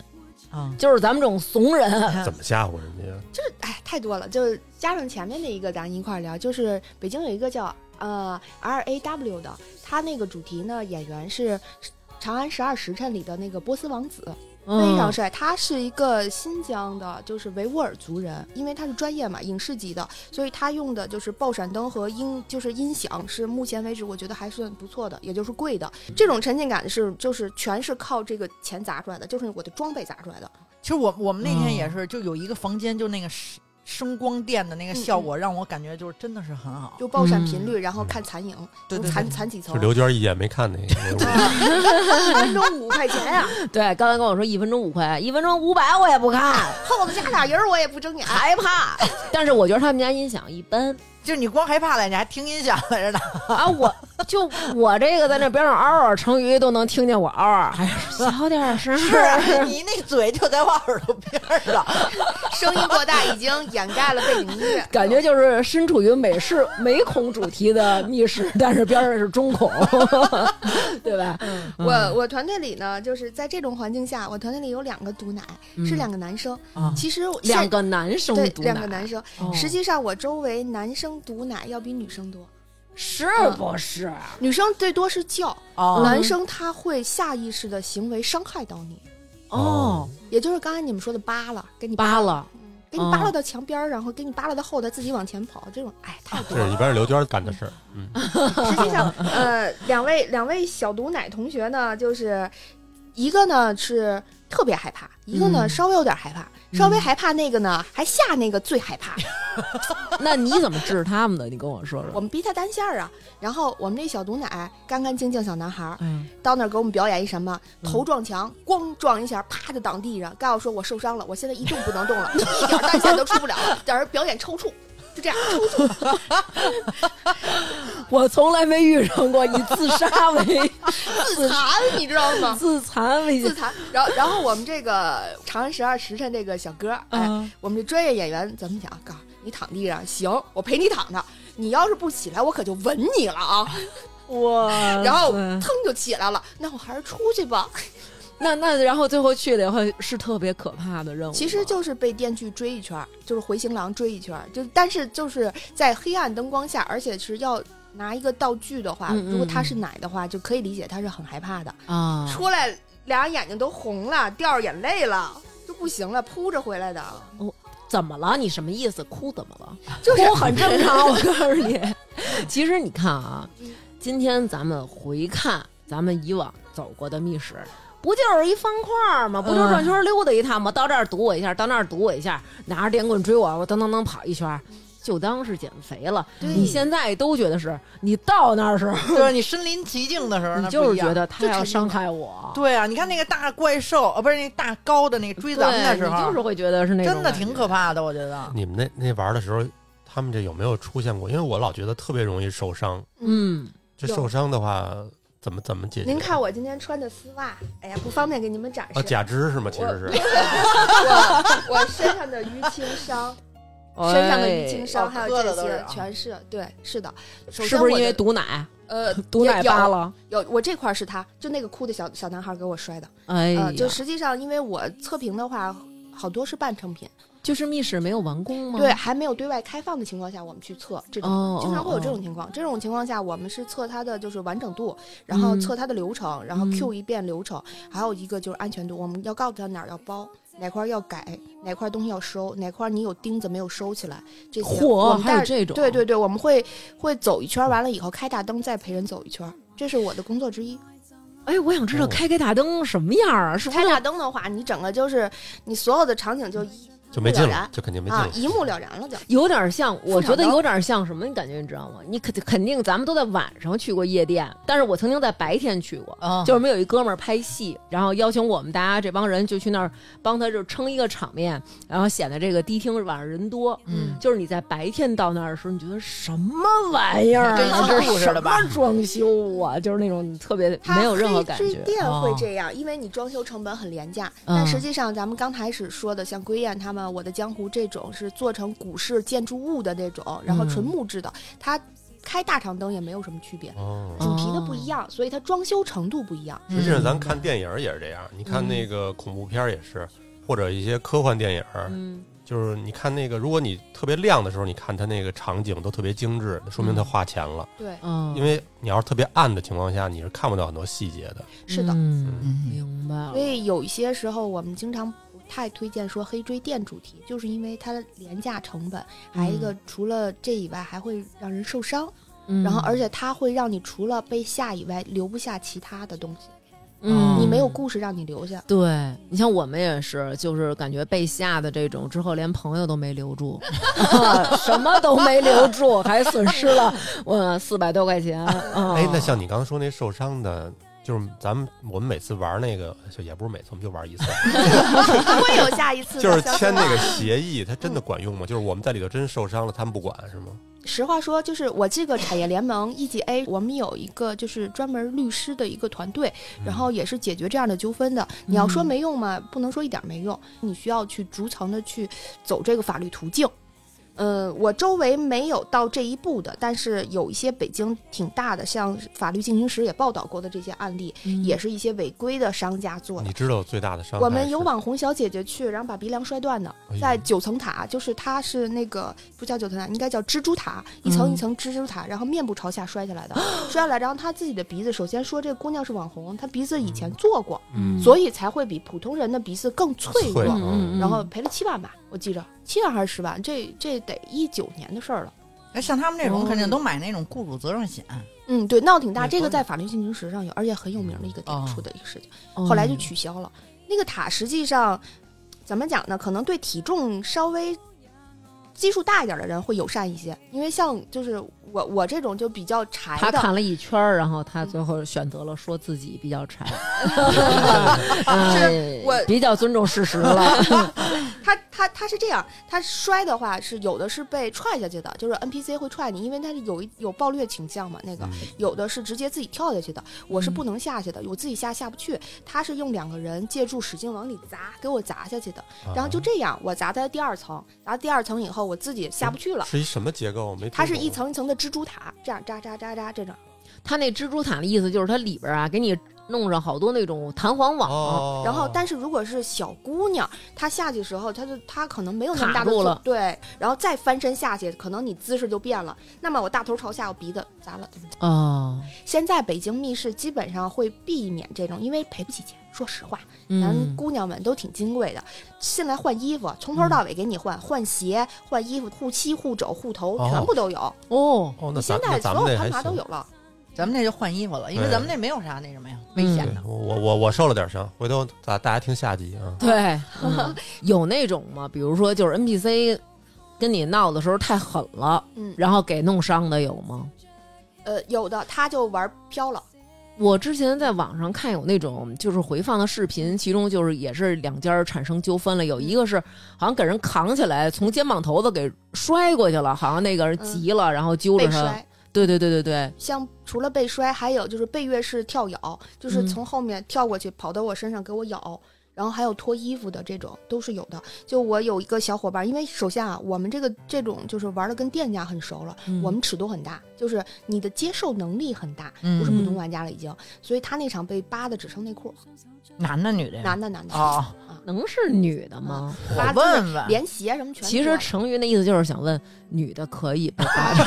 A: 啊。
B: 就是咱们这种怂人。
C: 怎么吓唬人家？
D: 哎，太多了，就是加上前面那一个，咱一块儿聊。就是北京有一个叫呃 R A W 的，他那个主题呢，演员是《长安十二时辰》里的那个波斯王子， 非常
B: 嗯
D: 帅。他是一个新疆的，就是维吾尔族人，因为他是专业嘛，影视级的，所以他用的就是爆闪灯和音，就是音响是目前为止我觉得还算不错的，也就是贵的。这种沉浸感是就是全是靠这个钱砸出来的，就是我的装备砸出来的。
A: 其实我我们那
B: 嗯
A: 天也是，就有一个房间，就那个声声光电的那个效
B: 嗯
A: 果，让我感觉就是真的是很好。
D: 就爆闪频率，然后看残影，
A: 嗯对
D: 能
A: 对对
D: 残残几
C: 就
D: 层，
C: 刘娟一眼没看那个那个，
D: 分钟五块钱啊呀、
B: 嗯对，刚才跟我说一分钟五块，一分钟五百 我也不看，
D: 后头加俩人儿我也不睁眼。哎
B: 害怕。但是我觉得他们家音响一般，
A: 就是你光害怕了，你还听音响来着 呢。
B: 啊，我就我这个在那边上嗷嗷，成语都能听见我嗷嗷，哎呀，小点声儿。，
A: 是 你那嘴就在我耳朵边儿上，
D: 声音过大已经掩盖了背景音乐
B: 感觉就是身处于美式美恐主题的密室，但是边上是中恐， 对吧？
D: 嗯我我团队里呢，就是在这种环境下，我团队里有两个毒奶，是
B: 嗯
D: 两个男生。
B: 啊
D: 其实现
B: 两个男生
D: 对
B: 毒
D: 两个
B: 奶
D: 男生，
B: 哦
D: 实际上我周围男生毒奶要比女生多，
B: 是不是？啊
D: 女生最多是叫，
A: 哦
D: 男生他会下意识的行为伤害到你，
B: 哦，
D: 也就是刚才你们说的扒拉，给你
B: 扒嗯拉，
D: 给你扒拉到墙边儿，然后给你扒拉到后头，自己往前跑，这种哎太多
C: 这是一
D: 了。
C: 般是刘娟干的事儿。嗯，
D: 实际上，呃，两位两位小毒奶同学呢，就是一个呢是特别害怕，一个呢
B: 嗯
D: 稍微有点害怕，稍微害怕那个呢还吓那个最害怕。
B: 那你怎么治他们的？你跟我说
D: 我
B: 说。
D: 们逼他单线儿啊，然后我们这小毒奶干干净净小男孩儿
B: 嗯，
D: 到那儿给我们表演一什么，
B: 嗯
D: 头撞墙，咣撞一下，啪就挡地上，告诉说我受伤了，我现在一动不能动了，一点儿单线都出不了了，在这儿表演抽搐，就这样抽搐。
B: 我从来没遇上过以自杀 为
D: 自残，你知道吗？
B: 自残为
D: 自残。然后，然后我们这个《长安十二时辰》这个小哥，哎，
B: 嗯
D: 我们这专业演员怎么讲？告诉你躺地上行，我陪你躺着。你要是不起来，我可就吻你了 啊！
B: 哇！
D: 然后
B: 嗯
D: 腾就起来了。那我还是出去 吧。
B: 那那然后最后去了以后是特别可怕的任务吗，
D: 其实就是被电锯追一圈儿，就是回形狼追一圈儿，就但是就是在黑暗灯光下，而且是要拿一个道具的话，
B: 嗯嗯
D: 如果他是奶的话，就可以理解他是很害怕的。
B: 啊，
D: 出来俩眼睛都红了，掉着眼泪了，就不行了，扑着回来的。
B: 怎么了？你什么意思？哭怎么了？
D: 就是
B: 哭 很正常。我告诉你，其实你看啊，今天咱们回看咱们以往走过的密室，不就是一方块儿吗？不就转圈溜达一趟吗？到这儿堵我一下，到那儿堵我一下，拿着电棍追我，我噔噔噔跑一圈儿，就当是减肥了。
D: 对
B: 你现在都觉得是，你到那儿时候，
A: 就是你身临其境的时候，
B: 你
A: 那
B: 就
A: 不
B: 是
A: 一样
B: 觉得他
D: 这肯
B: 要
D: 定
B: 伤
D: 的
B: 害我，
A: 对啊，你看那个大怪兽，呃，不是那大高的那个追咱们的时
B: 你
A: 候，
B: 就是会觉得是那种
A: 真的挺可
B: 怕。
A: 怕的，我觉得。
C: 你们那那玩儿的时候，他们这有没有出现过？因为我老觉得特别容易受伤，
B: 嗯，
C: 这
D: 有
C: 受伤的话怎么怎么解决？
D: 您看我今天穿的丝袜，哎呀，不方便给你们展示。
C: 啊，假肢是吗？其实是
D: 我我身上的淤青伤，身上的淤青
B: 哎
D: 伤，
A: 哎
D: 还
A: 哦
D: 有
A: 磕
D: 这
A: 了都是
D: 些
A: 啊
D: 全是对，是的。首
B: 是
D: 先
B: 不
D: 我
B: 是因为
D: 的
B: 毒奶？
D: 呃
B: 毒奶
D: 有
B: 扒了？
D: 有我这块儿是他，就那个哭的小小男孩给我摔的。
B: 哎呀
D: 呃，，就实际上因为我测评的话。好多是半成品，
B: 就是密室没有完工吗？
D: 对，，还没有对外开放的情况下，我们去测这种，
B: 哦，
D: 经常会有这
B: 哦。
D: 种情况。这种情况下，我们是测它的就是完整度，然后
B: 嗯
D: 测它的流程，然后
B: 嗯
D: Q 一遍流程，还有一个就是安全度，我们要告诉他哪儿要包，哪块儿要改，哪块儿东西要收，哪块儿你有钉子没有收起来，这些。我
B: 嚯，
D: 们
B: 还有
D: 带
B: 这种，
D: 对对对，我们会会走一圈儿，完了以后开大灯再陪人走一圈儿，这是我的工作之一。
B: 哎，我想知道
C: 哦
B: 开开大灯什么样啊？是不
D: 开
B: 是
D: 大灯的话，你整个就是你所有的场景就
B: 嗯
D: 一
C: 就没劲
D: 不了
C: 了
D: 然，
C: 就肯定没劲
D: 啊
C: 了。
D: 一目了然了就。
B: 有点像？我觉
D: 场
B: 得
D: 灯
B: 有点像什么？你感觉你知道吗？你肯肯定咱们都在晚上去过夜店，但是我曾经在白天去过。
A: 啊，
B: 就是我们有一哥们儿拍戏，然后邀请我们大家这帮人就去那儿帮他就撑一个场面，然后显得这个迪厅晚上人多。
A: 嗯，
B: 就是你在白天到那儿的时候，你觉得什么玩意儿啊？
A: 跟一只
B: 这
A: 鹿似
B: 什
A: 的吧
B: 么装修啊？就是那种特别
D: 它
B: 没有任何
D: 黑
B: 感
D: 之
B: 觉。
D: 店会
A: 哦
D: 这样，因为你装修成本很廉价。
B: 嗯
D: 但实际上，咱们刚开始说的，像归雁他们《我的江湖》这种是做成古式建筑物的那种，然后
B: 嗯
D: 纯木质的，它开大长灯也没有什么区别，
C: 哦，
D: 主题的不一样，所以它装修程度不一样。
A: 嗯
C: 实际上咱看电影儿也是这样，
D: 嗯
C: 你看那个恐怖片儿也是，或者一些科幻电影儿，
B: 嗯，
C: 就是你看那个，如果你特别亮的时候，你看它那个场景都特别精致，说
D: 嗯
C: 明它花钱了。
D: 对，
B: 嗯，
C: 因为你要是特别暗的情况下，你是看不到很多细节的。
D: 是的。
B: 嗯，
A: 嗯
B: 明白了
D: 所。以有一些时候，我们经常不太推荐说黑锥店主题，就是因为它的廉价成本，还有一个除了这以外，还会让人受伤。
B: 嗯
D: 然后，而且它会让你除了被吓以外，留不下其他的东西。
B: 嗯，
D: 你没有故事让你留下，
B: 对你像我们也是，就是感觉被吓的这种，之后连朋友都没留住， 什么都没留住，还损失 了我四百多块钱。
D: 嗯
B: 啊
C: 哎，那
D: 哦
C: 像你刚刚说那受伤的，就是咱们我们每次玩那个，就也不是每次，我们就玩一次，
D: 会有下一次的
C: 就是
D: 相信
C: 签
D: 我嗯
C: 那个协议，它真的管用吗？就是我们在里头真受伤了，他们不管是吗？
D: 实话说，就是我这个产业联盟 EGA，我们有一个就是专门律师的一个团队，
C: 嗯
D: 然后也是解决这样的纠纷的。你要说没用嘛，不能说一点没用，你需要去逐层的去走这个法律途径。呃，我周围没有到这一步的，但是有一些北京挺大的，像法律进行时也报道过的这些案例，
B: 嗯
C: 嗯
D: 也是一些违规的商家做的
C: 你。知道最大的伤害是？
D: 我们有网红小姐姐去，然后把鼻梁摔断的
C: 哎呦，
D: 在九层塔，就是它是那个不叫九层塔，应该叫蜘蛛塔，
C: 嗯
D: 一层一层蜘蛛塔，然后面部朝下摔 下来的，摔下来，然后她自己的鼻子，首先说这个姑娘是网红，她鼻子以前做过，
C: 嗯
D: 所以才会比普通人的鼻子更脆
C: 脆
D: 弱，
B: 嗯
D: 然后赔了七万吧，我记着七万还是十万，这这得一九年的事儿了。
A: 哎，像他们这种
D: 哦
A: 肯定都买那种雇主责任险，
D: 嗯，对，闹挺大，
A: 那
D: 这个
A: 关
D: 在法律进行时上有，而且很有名的一个
A: 哦
D: 点出的一个事情。后
B: 嗯
D: 来就取消了。那个塔实际上怎么讲呢？可能对体重稍微基数大一点的人会友善一些，因为像就是我我这种就比较柴
B: 他
D: 的，
B: 看了一圈儿，然后他最后选择了说自己比较 柴，嗯哎
D: 我
B: 比较尊重事实了。
D: 他他他是这样，他摔的话是有的是被踹下去的，就是 NPC 会踹你，因为他是有一有暴虐倾向嘛，那个。有的是直接自己跳下去的，我
B: 嗯
D: 是不能下去的，我自己下下不去。他是用两个人借助使劲往里砸，给我砸下去的。
C: 啊
D: 然后就这样，我砸在第二层，砸第二层以后，我自己下不去了。
C: 是一什么结构？我没听
D: 它是一
C: 懂
D: 层一层的蜘蛛塔，这样扎扎扎扎这种。
B: 他那蜘蛛塔的意思就是它里边啊，给你弄上好多那种弹簧网，
C: 哦，
D: 然后，但是如果是小姑娘，她下去的时候，她就她可能没有那么
B: 卡
D: 大的
B: 住
D: 作
B: 了
D: 对，然后再翻身下去，可能你姿势就变了。那么我大头朝下，我鼻子砸了。
B: 哦，
D: 现在北京密室基本上会避免这种，因为赔不起钱。说实话，咱
B: 嗯，
D: 姑娘们都挺金贵的。现在换衣服，从头
B: 嗯
D: 到尾给你换，换鞋、换衣服、护膝、护肘、护头，
C: 哦
D: 全部都有。
B: 哦，
C: 哦，那
D: 现
C: 咱
D: 在
C: 那咱们
D: 所有
C: 这还
D: 攀爬
C: 行
D: 都有了。
A: 咱们这就换衣服了，因为
C: 对
A: 咱们这没有啥那什么呀，
B: 嗯
A: 危险
C: 对
A: 的。
C: 我我我我受了点伤，回头大大家听下集啊。
B: 对，嗯有那种吗？比如说就是 NPC 跟你闹的时候太狠了，
D: 嗯，
B: 然后给弄伤的有吗？
D: 呃，有的她就玩飘了。
B: 我之前在网上看有那种就是回放的视频，其中就是也是两家儿产生纠纷了，有一个是好像给人扛起来，从肩膀头子给摔过去了，好像那个人急了，然后揪着
D: 嗯被
B: 他
D: 摔，，
B: 对对对对对，
D: 像除了被摔，还有就是被跃式跳咬，就是从后面跳过去跑到我身上给我咬，然后还有脱衣服的这种都是有的。就我有一个小伙伴，因为首先啊，我们这个这种就是玩的跟店家很熟了，
B: 嗯
D: 我们尺度很大，就是你的接受能力很大，
A: 嗯
D: 不是普通玩家了已经。所以他那场被扒的只剩内裤，
A: 男的女的呀？
D: 男的男的，
A: 哦，
B: 能是女的吗？
A: 我问问，
D: 连鞋什么嗯全
B: 其
D: 脱
B: 实
D: 了
B: 成语那意思就是想问女的可以被扒着，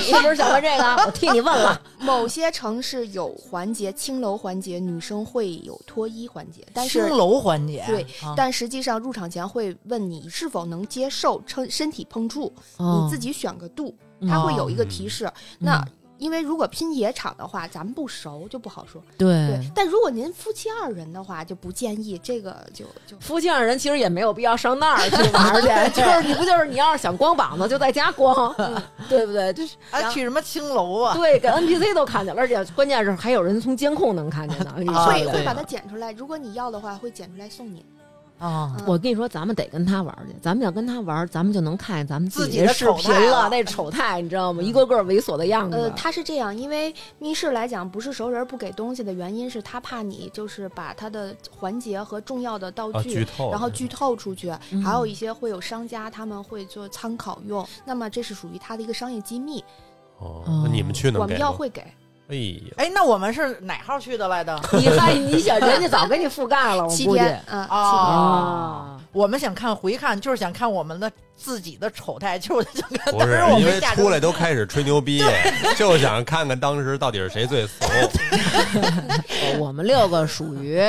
B: 是不是想问这个？我替你问了，
D: 某些城市有环节，青楼环节，女生会有脱衣环节，但是
A: 青楼环节，
D: 对
A: 啊，
D: 但实际上入场前会问你是否能接受称身体碰触，
B: 哦
D: 你自己选个度，它会有一个提示。那因为如果拼野场的话，咱们不熟就不好说。
B: 对
D: 对，。但如果您夫妻二人的话，就不建议这个就就。
B: 夫妻二人其实也没有必要上那儿去玩儿去，就是你不就是你要是想光膀子就在家光， 对不对？就是
A: 哎，去什么青楼啊？
B: 对，给 NPC 都看见了，而且关键是还有人从监控能看见呢。你
A: 啊
D: 会
B: 说
D: 会
A: 对
D: 把它剪出来，如果你要的话，会剪出来送你。
A: 啊，
D: 嗯
B: 我跟你说，咱们得跟他玩儿去，咱们要跟他玩儿，咱们就能看见咱们
A: 自己
B: 己的
A: 的
B: 视
A: 丑
B: 频
A: 态
B: 了，
A: 了
B: 那丑态你知道吗？一个个猥琐的样
C: 嗯
D: 呃
B: 子，。
D: 他是这样，因为密室来讲，不是熟人不给东西的原因是他怕你就是把他的环节和重要的道
C: 啊，
D: 具
C: 剧透，
D: 然后剧透出去
B: 嗯，
D: 还有一些会有商家他们会做参考用，那么这是属于它的一个商业机密，
C: 哦，那你们去能
D: 我
C: 给
D: 们
C: 吗
D: 要会给。
C: 哎 呀，
A: 哎，那我们是哪号去的来的？
B: 你看，你想人家早给你覆盖了，我
D: 七
B: 估计
D: 天，嗯，
A: 哦
D: 七
B: 啊，
A: 我们想看回看，就是想看我们的自己的丑态，就是想看
C: 不
A: 当
C: 是
A: 时我
C: 因
A: 们
C: 为
A: 下
C: 出来都开始吹牛逼，就想看看当时到底是谁最怂。
B: 我们六个属于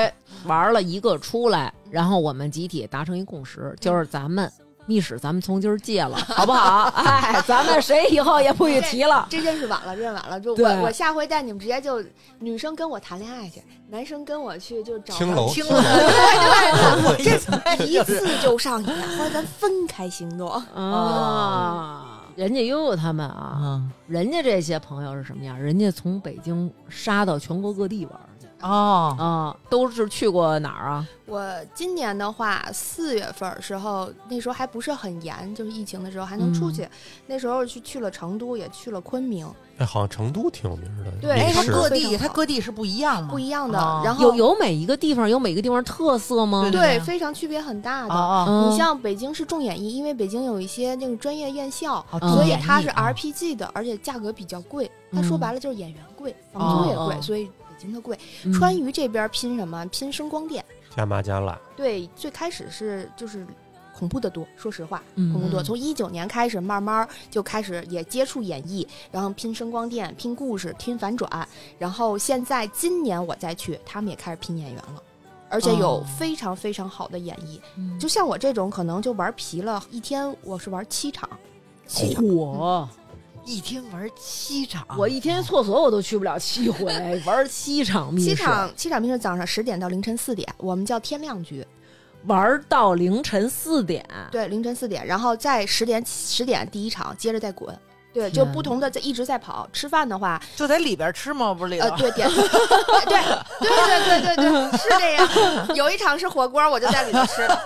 B: 玩了一个出来，然后我们集体达成一共识，就是咱们密室咱们从今儿戒了，好不好？ 哎，咱们谁以后也不许提 了。
D: 这件事晚了，这件晚了，就
B: 对
D: 我我下回带你们直接就女生跟我谈恋爱去，男生跟我去就 找
C: 青楼，
A: 青
C: 楼
A: 楼，对对对，
D: 一次就上瘾，后来咱分开行动。
B: 啊，人家悠悠他们啊，
A: 啊，
B: 人家这些朋友是什么样？人家从北京杀到全国各地玩去，
A: 哦，
B: 啊，都是去过哪儿啊？
D: 我今年的话，四月份儿时候，那时候还不是很严，就是疫情的时候还能出
B: 嗯
D: 去。那时候去去了成都，也去了昆明，
C: 哎，好像成都挺有名的，
D: 对
A: 哎，
C: 也
A: 它
C: 是
D: 成都
A: 各
D: 非
A: 地
D: 常
A: 它
D: 好
A: 各地是不一样嘛，
D: 不一样的。
A: 哦
D: 然后
B: 嗯有有每一个地方有每个地方特色吗？
A: 对
D: 对，非常区别很大的。
A: 哦
B: 嗯
D: 你像北京是重演艺，因为北京有一些那个专业院校，
A: 哦，
B: 嗯
A: 哦
D: 所以它是
A: 演绎啊
D: RPG 的，而且价格比较贵。它
B: 嗯
D: 说白了就是演员贵，房租也
B: 哦
D: 贵，所以北京的贵。
B: 嗯
D: 川渝这边拼什么？拼声光电。
C: 加麻加辣，
D: 对，最开始是就是恐怖的多，说实话，
B: 嗯
D: 恐怖多。
A: 嗯
D: 从一九年开始，慢慢就开始也接触演绎，然后拼声光电、拼故事、拼反转，然后现在今年我再去，他们也开始拼演员了。而且有
B: 哦
D: 非常非常好的演绎，
B: 嗯
D: 就像我这种可能就玩皮了，一天我是玩七场，七场，
B: 火，
A: 一天玩七场，
B: 我一天厕所我都去不了七回，玩七场密室，
D: 七场七场平时早上十点到凌晨四点，我们叫天亮局，
B: 玩到凌晨四点。
D: 对，凌晨四点，然后再十点十点第一场，接着再滚。对，就
B: 天
D: 不
B: 呐
D: 同的在一直在跑。吃饭的话，
A: 就在里边吃吗？不是里头
D: 呃，对点，对对对对对对，是这样。有一场是火锅，我就在里头吃了。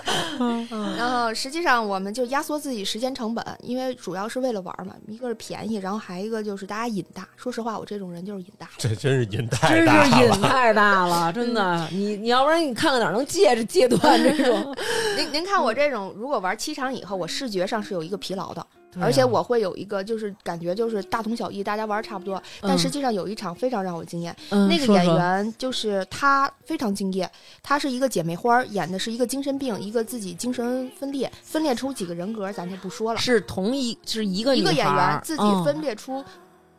D: 然后实际上我们就压缩自己时间成本，因为主要是为了玩嘛，一个是便宜，然后还一个就是大家瘾大。说实话，我这种人就是瘾大。
C: 这真是瘾太
B: 真
C: 大
B: 是瘾
C: 了。
B: 太大 了，真的。你你要不然你看看哪儿能戒着戒断这种，
D: 您您看我
B: 嗯
D: 这种，如果玩七场以后，我视觉上是有一个疲劳的，
A: 对
D: 而且
A: 啊
D: 我会有一个就是感觉就是大同小异，大家玩差不多。但
B: 嗯
D: 实际上有一场非常让我惊艳，
B: 嗯
D: 那个
B: 说
D: 演
B: 说
D: 员就是她非常敬业，她是一个姐妹花，演的是一个精神病，一个自己精神分裂，分裂出几个人格，咱就不说了。
B: 是同一是一个
D: 一个
B: 女
D: 演
B: 孩
D: 员
B: 儿
D: 自己
B: 嗯
D: 分裂出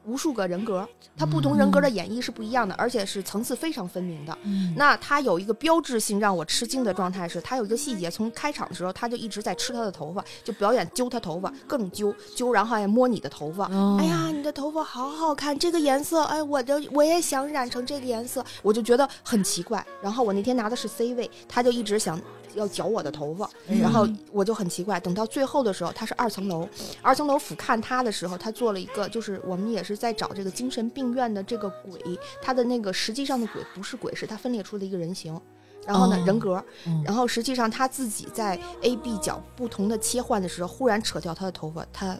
D: 无数个人格，她不同人
B: 嗯
D: 格的演绎是不一样的，而且是层次非常分明的。那她有一个标志性让我吃惊的状态是，她有一个细节，从开场的时候她就一直在吃她的头发，就表演揪她头发，各种揪揪，然后还摸你的头发，
B: 哦
D: 哎呀，你的头发好好看，这个颜色，哎，我的我也想染成这个颜色，我就觉得很奇怪。然后我那天拿的是 C 位，他就一直想要绞我的头发，
B: 哎
A: 嗯
D: 然后我就很奇怪。等到最后的时候，他是二层楼，二层楼俯瞰他的时候，他做了一个，就是我们也是在找这个精神病院的这个鬼，他的那个实际上的鬼不是鬼，是他分裂出的一个人形。然后呢
B: 哦，
D: 人格
B: 嗯，
D: 然后实际上他自己在 A、B 角不同的切换的时候，忽然扯掉他的头发，他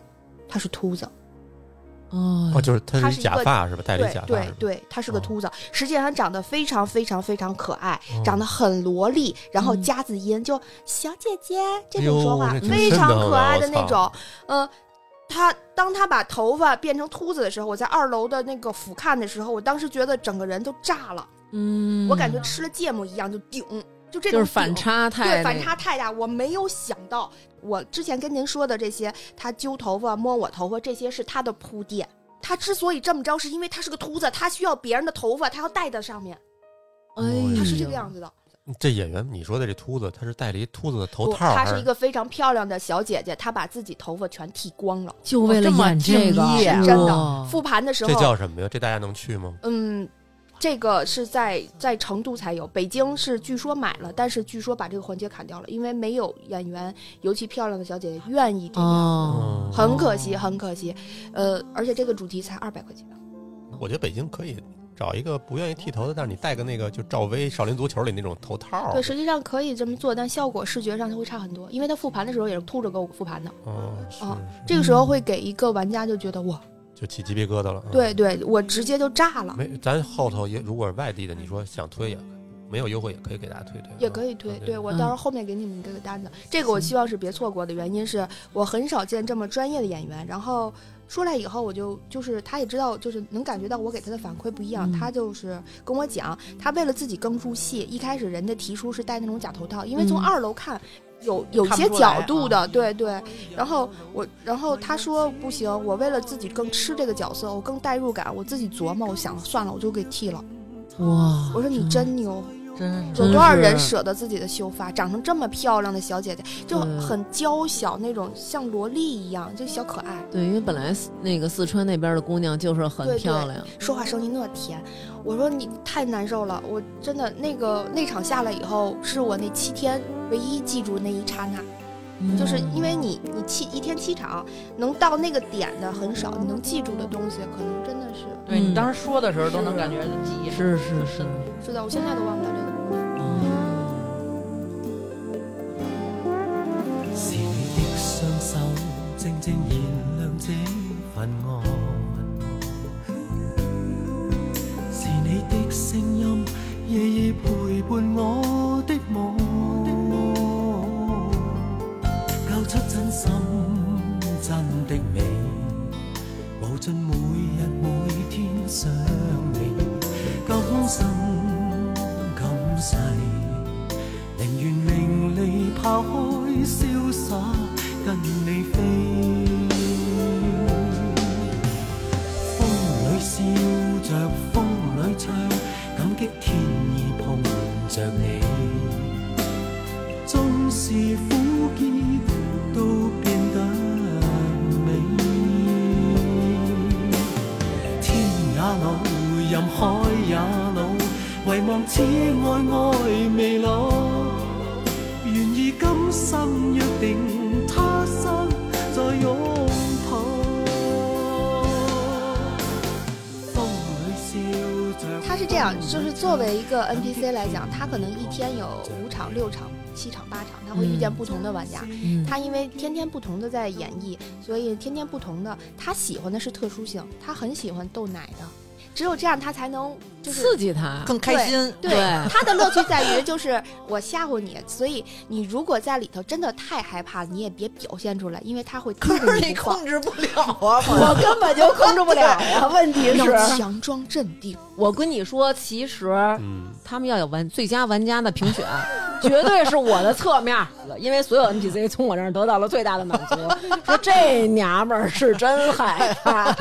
D: 他是秃子。
C: 哦，
B: 哦，
C: 就是他
D: 他
C: 是
D: 是一
C: 假
D: 个
C: 发是吧？戴了一
D: 对
C: 假发
D: 对
C: 是吧
D: 对，他是个
C: 哦
D: 秃子，实际上他长得非常非常非常可爱，
C: 哦
D: 长得很萝莉，然后
B: 嗯
D: 夹子音，就小姐姐这
C: 哎
D: 种说
C: 呦
D: 话
C: 这，挺
D: 非
C: 瘆
D: 常
C: 得慌
D: 可
C: 啊
D: 爱
C: 我
D: 的那
C: 操
D: 种，呃。他当他把头发变成秃子的时候，我在二楼的那个俯瞰的时候，我当时觉得整个人都炸了，
B: 嗯
D: 我感觉吃了芥末一样，就顶，就这
B: 就是
D: 种
B: 反
D: 顶
B: 差太
D: 对，
B: 那
D: 反
B: 个
D: 差太大，我没有想到，我之前跟您说的这些，他揪头发、摸我头发，这些是他的铺垫。他之所以这么着，是因为他是个秃子，他需要别人的头发，他要戴在上面，
B: 哎，
D: 他是这个样。子的。
C: 这演员，你说的这秃子，他是戴了一秃子的头
D: 不，
C: 套儿，
D: 她是一个非常漂亮的小姐姐，她把自己头发全剃光了，
B: 就为了演这
A: 哇这
B: 个，
A: 么敬业
B: 哎哇
D: 真的。复盘的时
C: 这
D: 候，
C: 叫什么呀？这大家能去吗？
D: 嗯。这个是在在成都才有，北京是据说买了，但是据说把这个环节砍掉了，因为没有演员，尤其漂亮的小姐姐愿意这
C: 嗯
D: 样。
B: 哦，
D: 很可惜，很可惜，呃，而且这个主题才二百块钱，
C: 哦我觉得北京可以找一个不愿意剃头的，但是你戴个那个就赵薇《少林足球》里那种头套儿。
D: 对，实际上可以这么做，但效果视觉上它会差很多，因为它复盘的时候也是秃着给我复盘的，
C: 嗯，是
D: 哦
C: 是
D: 这个时候会给一个玩家就觉得哇，
C: 就起鸡皮疙瘩了。嗯
D: 对，对，我直接就炸了，
C: 没，咱后头也如果是外地的，你说想推也没有优惠也可以给大家推推，
D: 也可
C: 以。
D: 以推
C: 嗯，
D: 对我到时候后面给你们这个单子，这个我希望是别错过的原因是我很少见这么专业的演员，然后。出来以后，我就就是他也知道，就是能感觉到我给他的反馈不一样。
B: 嗯
D: 他就是跟我讲，他为了自己更入戏，一开始人家提出是戴那种假头套，因为从
B: 嗯
D: 二楼看有有
A: 看不
D: 些
A: 出来
D: 角度的，对对。然后我，然后他说不行，我为了自己更吃这个角色，我更代入感，我自己琢磨，我想算了，我就给剃了。
B: 哇！
D: 我说你真牛，
A: 真
D: 有
B: 嗯
A: 是
D: 多少人舍得自己的秀发，长成这么漂亮的小姐姐，就
B: 嗯
D: 很娇小那种，像萝莉一样，就小可爱，
B: 对，因为本来四那个四川那边的姑娘就是很
D: 对对
B: 漂亮，
D: 说话声音那甜。我说你太难受了，我真的那个那场下来以后，是我那七天唯一记住那一刹那，就是因为你你七一天七场，能到那个点的很少，你能记住的东西可能真的是
A: 对
B: 嗯
A: 你当时说的时候都能感觉记忆
B: 是是是
A: 深。
D: 是的，我现在都忘不了这个姑娘。
E: 是你的双手静静燃亮这份爱，是你的声音夜夜陪伴我的梦，交出真心真的你，无尽每日每天想你，今生今世。寧願令你拋開瀟灑，跟你飛。風裏笑着，風裏唱，感激天意碰着你。縱是苦澀，都變得美。天也老，任海也老，唯望此愛愛未老。願意今生約定他生再擁抱。風裏笑着
D: 他是这样，就是作为一个 NPC 来讲，他可能一天有五场、六场、七场、八场，他会遇见不同的玩家。
B: 嗯
D: 他因为天天不同的在演绎，所以天天不同的，他喜欢的是特殊性，他很喜欢豆奶的，只有这样他才能就是。
B: 刺激他，
A: 更开心，
D: 对
B: 对
D: 他的乐趣在于，就是我吓唬你，所以你如果在里头真的太害怕，你也别表现出来，因为他会 盯着
A: 可是
D: 你
A: 你
D: 不放。
A: 控制不了啊！
F: 我根本就控制不了呀。问题是，
D: 要强装镇定，
B: 我跟你说，其实
C: 嗯，
B: 他们要有玩最佳玩家的评选， 绝对是我的侧面，因为所有 NPC 从我这儿得到了最大 的满足。说这娘们儿是真害怕，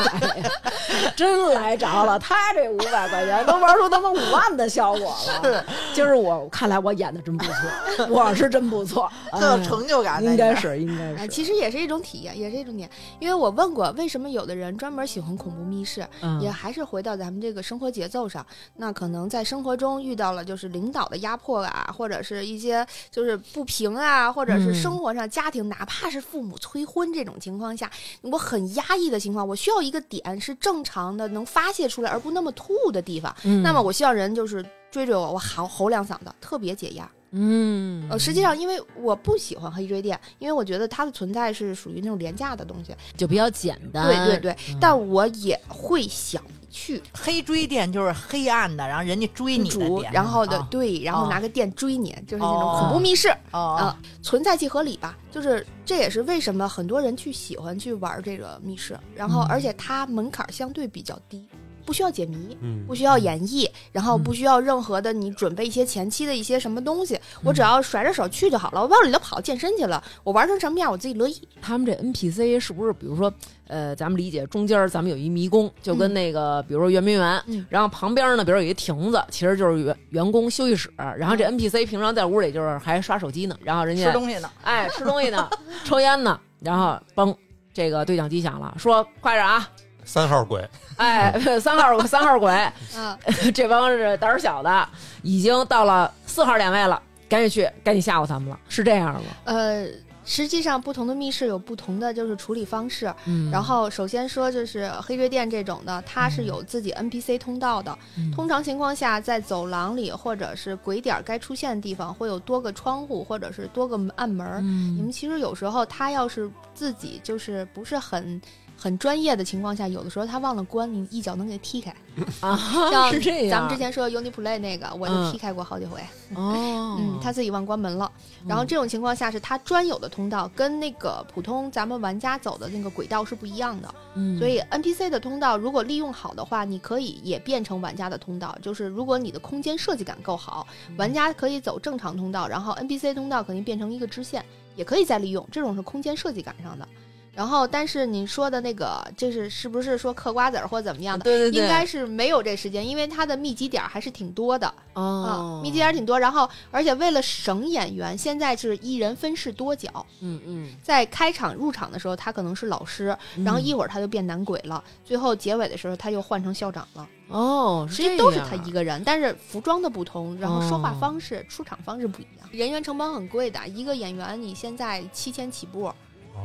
B: 真来着了，他这五百块钱能玩出他妈五万的效果了。今儿我看来我演的真不 错，我是真不错，
A: 很有成就感
B: 哎
A: 的，
B: 应该
A: 你知道
B: 是应
D: 啊，
B: 该是，
D: 其实也是一种体验，也是一种体验。因为我问过，为什么有的人专门喜欢恐怖密室，
B: 嗯
D: 也还是回到咱们这个生活节奏上。那可能在生活中遇到了就是领导的压迫啊，或者是一些就是不平啊，或
B: 嗯
D: 者是生活上家庭，哪怕是父母催婚这种情况下，我很压抑的情况，我需要一个点是正常的，能发泄出来而不那么突兀的地方。
B: 嗯
D: 那么我希望人就是追追我，我嚎吼两嗓子，特别解压。
B: 嗯
D: 呃，实际上，因为我不喜欢黑追店，因为我觉得它的存在是属于那种廉价的东西。
B: 就比较简单，
D: 对对对，
B: 嗯
D: 但我也会想去
A: 黑追店就是黑暗的，然后人家追你的
D: 煮，
A: 店，
D: 然后的
A: 啊
D: 对，然后
A: 哦
D: 拿个电追你，就是那种恐怖
B: 哦
D: 密室，
A: 哦
D: 啊，存在即合理吧。就是这也是为什么很多人去喜欢去玩这个密室，然后
B: 嗯
D: 而且它门槛相对比较低，不需要解谜，
C: 嗯
D: 不需要演绎，然后
B: 嗯
D: 不需要任何的你准备一些前期的一些什么东西，我
B: 嗯
D: 只要甩着手去就好了。我往里头跑健身去了，我玩成什么样我自己乐意。
B: 他们这 NPC 是不是，比如说，呃，咱们理解中间儿咱们有一迷宫，就跟那个，比如说圆明园，
D: 嗯
B: 然后旁边儿呢，比如有一亭子，其实就是员员工休息室，然后
D: 嗯
B: 这 NPC 平常在屋里就是还刷手机呢，然后人
A: 吃
B: 家
A: 东西呢，
B: 哎吃东西 呢，抽烟呢，然后嘣，这个对讲机响了，说快点啊，
C: 三号鬼，
B: 哎， 三号三号鬼，
D: 嗯，
B: 这帮是胆儿小的，已经到了四号点位了，赶紧去，赶紧吓唬他们了，是这样吗？
D: 呃，实际上不同的密室有不同的就是处理方式。
B: 嗯
D: 然后首先说就是黑月店这种的，它是
B: 嗯
D: 有自己 NPC 通道的。通常情况下，在走廊里或者是鬼点儿该出现的地方，会有多个窗户或者是多个门暗门
B: 嗯
D: 儿。你们其实有时候他要是自己就是不是很。很专业的情况下，有的时候他忘了关，你一脚能给踢开。
B: 啊，
D: 像
B: 是这样，
D: 咱们之前说 UniPlay 那个，我
B: 嗯
D: 就踢开过好几回。
B: 哦，
D: 嗯，他自己忘关门了。然后
B: 嗯
D: 这种情况下是他专有的通道，跟那个普通咱们玩家走的那个轨道是不一样的。
B: 嗯
D: 所以 NPC 的通道如果利用好的话，你可以也变成玩家的通道。就是如果你的空间设计感够好，
B: 嗯
D: 玩家可以走正常通道，然后 NPC 通道可能变成一个支线，也可以再利用。这种是空间设计感上的。然后，但是你说的那个，就是是不是说嗑瓜子儿或怎么样
B: 嗯
D: 的？
B: 对对
D: 应该是没有这时间，因为它的密集点儿还是挺多的
B: 哦
D: 啊，，密集点儿挺多。然后，而且为了省演员，现在是一人分饰多角，
B: 嗯嗯，
D: 在开场入场的时候，他可能是老师，然后一会儿他就变男鬼了，最后结尾的时候他又换成校长了。
B: 哦，
D: 其实都是他一
B: 个，
D: 个人，但是服装的不同，然后说话
B: 哦
D: 方式、出场方式不一样。人员成本很贵的，一个演员你现在七千起步，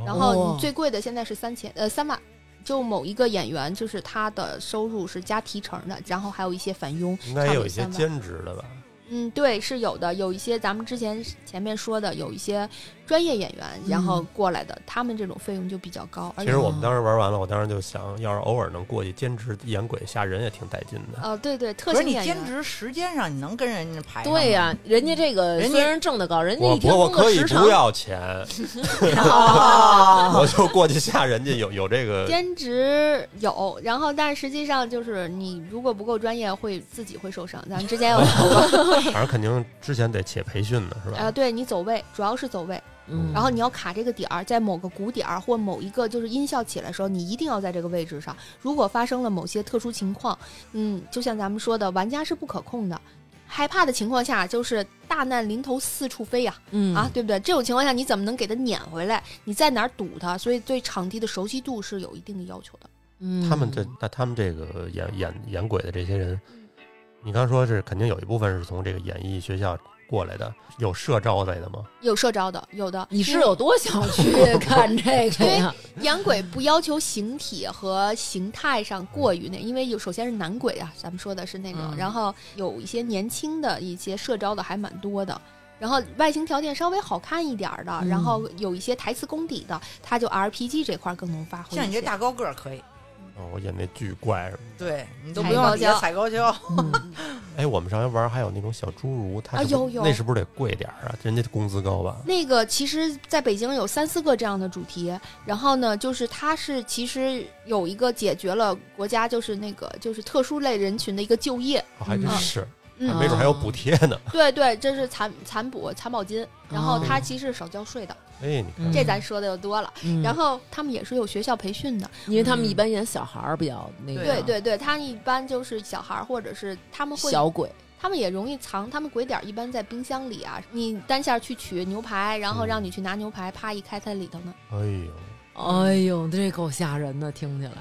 D: 然后
B: 哦
D: 你最贵的现在是三千，呃，三万。就某一个演员，就是他的收入是加提成的，然后还有一些返佣，
C: 应该也有一
D: 差
C: 些
D: 不多三万
C: 兼职的吧？
D: 嗯，对，是有的，有一些咱们之前前面说的，有一些专业演员然
A: 嗯
D: 后过来的，他们这种费用就比较高。而
C: 其
D: 且
C: 实我们当时玩完了，我当时就想，要是偶尔能过去兼职演鬼吓人也挺带劲的。
D: 呃，对对，特
A: 可是
D: 型
A: 你
D: 演员
A: 兼职时间上，你能跟人家排上吗
B: 对 呀，人家这个
A: 人家
B: 虽然挣得高，人家
C: 我
B: 一
C: 不
B: 天
C: 我
B: 工
C: 可
B: 作
C: 以
B: 时长
C: 不要钱，
A: 哦
C: 我就过去吓人家有有这个
D: 兼职有，然后但实际上就是你如果不够专业，会自己会受伤。咱们之前有
C: 反正肯定之前得且培训的是吧？
D: 呃，对你走位，主要是走位，
B: 嗯，
D: 然后你要卡这个点儿，在某个鼓点儿或某一个就是音效起来的时候，你一定要在这个位置上。如果发生了某些特殊情况，嗯，就像咱们说的，玩家是不可控的。害怕的情况下，就是大难临头四处飞呀、
B: 嗯
D: 啊，对不对？这种情况下，你怎么能给它撵回来？你在哪儿堵它？所以对场地的熟悉度是有一定的要求的。
B: 嗯
C: 他们这那他们这个演演演鬼的这些人，你刚说是肯定有一部分是从这个演艺学校过来的，有社招类的吗？
D: 有社招的，有的。
B: 你是
D: 因为
B: 有多想去看这个呀？
D: 养鬼不要求形体和形态上过于那，因为有首先是男鬼啊，咱们说的是那种，
B: 嗯
D: 然后有一些年轻的一些社招的还蛮多的。然后外形条件稍微好看一点儿的，
B: 嗯
D: 然后有一些台词功底的，他就 RPG 这块儿更能发挥一些。
A: 像你这大高个儿可以，
C: 哦，我演那巨怪是吗？
A: 对你都
D: 踩
A: 不用
D: 高
A: 底下
D: 跷
A: 踩高跷，
B: 嗯
C: 哎，我们上回玩还有那种小侏儒，它是
D: 啊
C: 不
D: 有有
C: 那是不是得贵点儿啊？人家工资高吧？
D: 那个其实在北京有三四个这样的主题，然后呢，就是它是其实有一个解决了国家就是那个就是特殊类人群的一个就业，
C: 哦还真
B: 嗯
C: 是，
D: 嗯
C: 还，没准还有补贴呢。
D: 对对，这是残残补残保金，然后
B: 哦
D: 它其实是少交税的，
C: 哎，你看
B: 嗯
D: 这咱说的又多了。
B: 嗯
D: 然后他们也是有学校培训的，
B: 因为他们一般演小孩儿比较那个，
A: 对
D: 对
A: 啊
D: 对对，他一般就是小孩儿或者是他们会，
B: 小鬼，
D: 他们也容易藏，他们鬼点儿一般在冰箱里啊，你单下去取牛排，然
B: 嗯
D: 后让你去拿牛排，啪一开它里头呢。
C: 哎呦，
B: 哎呦，这够吓人的，听起来，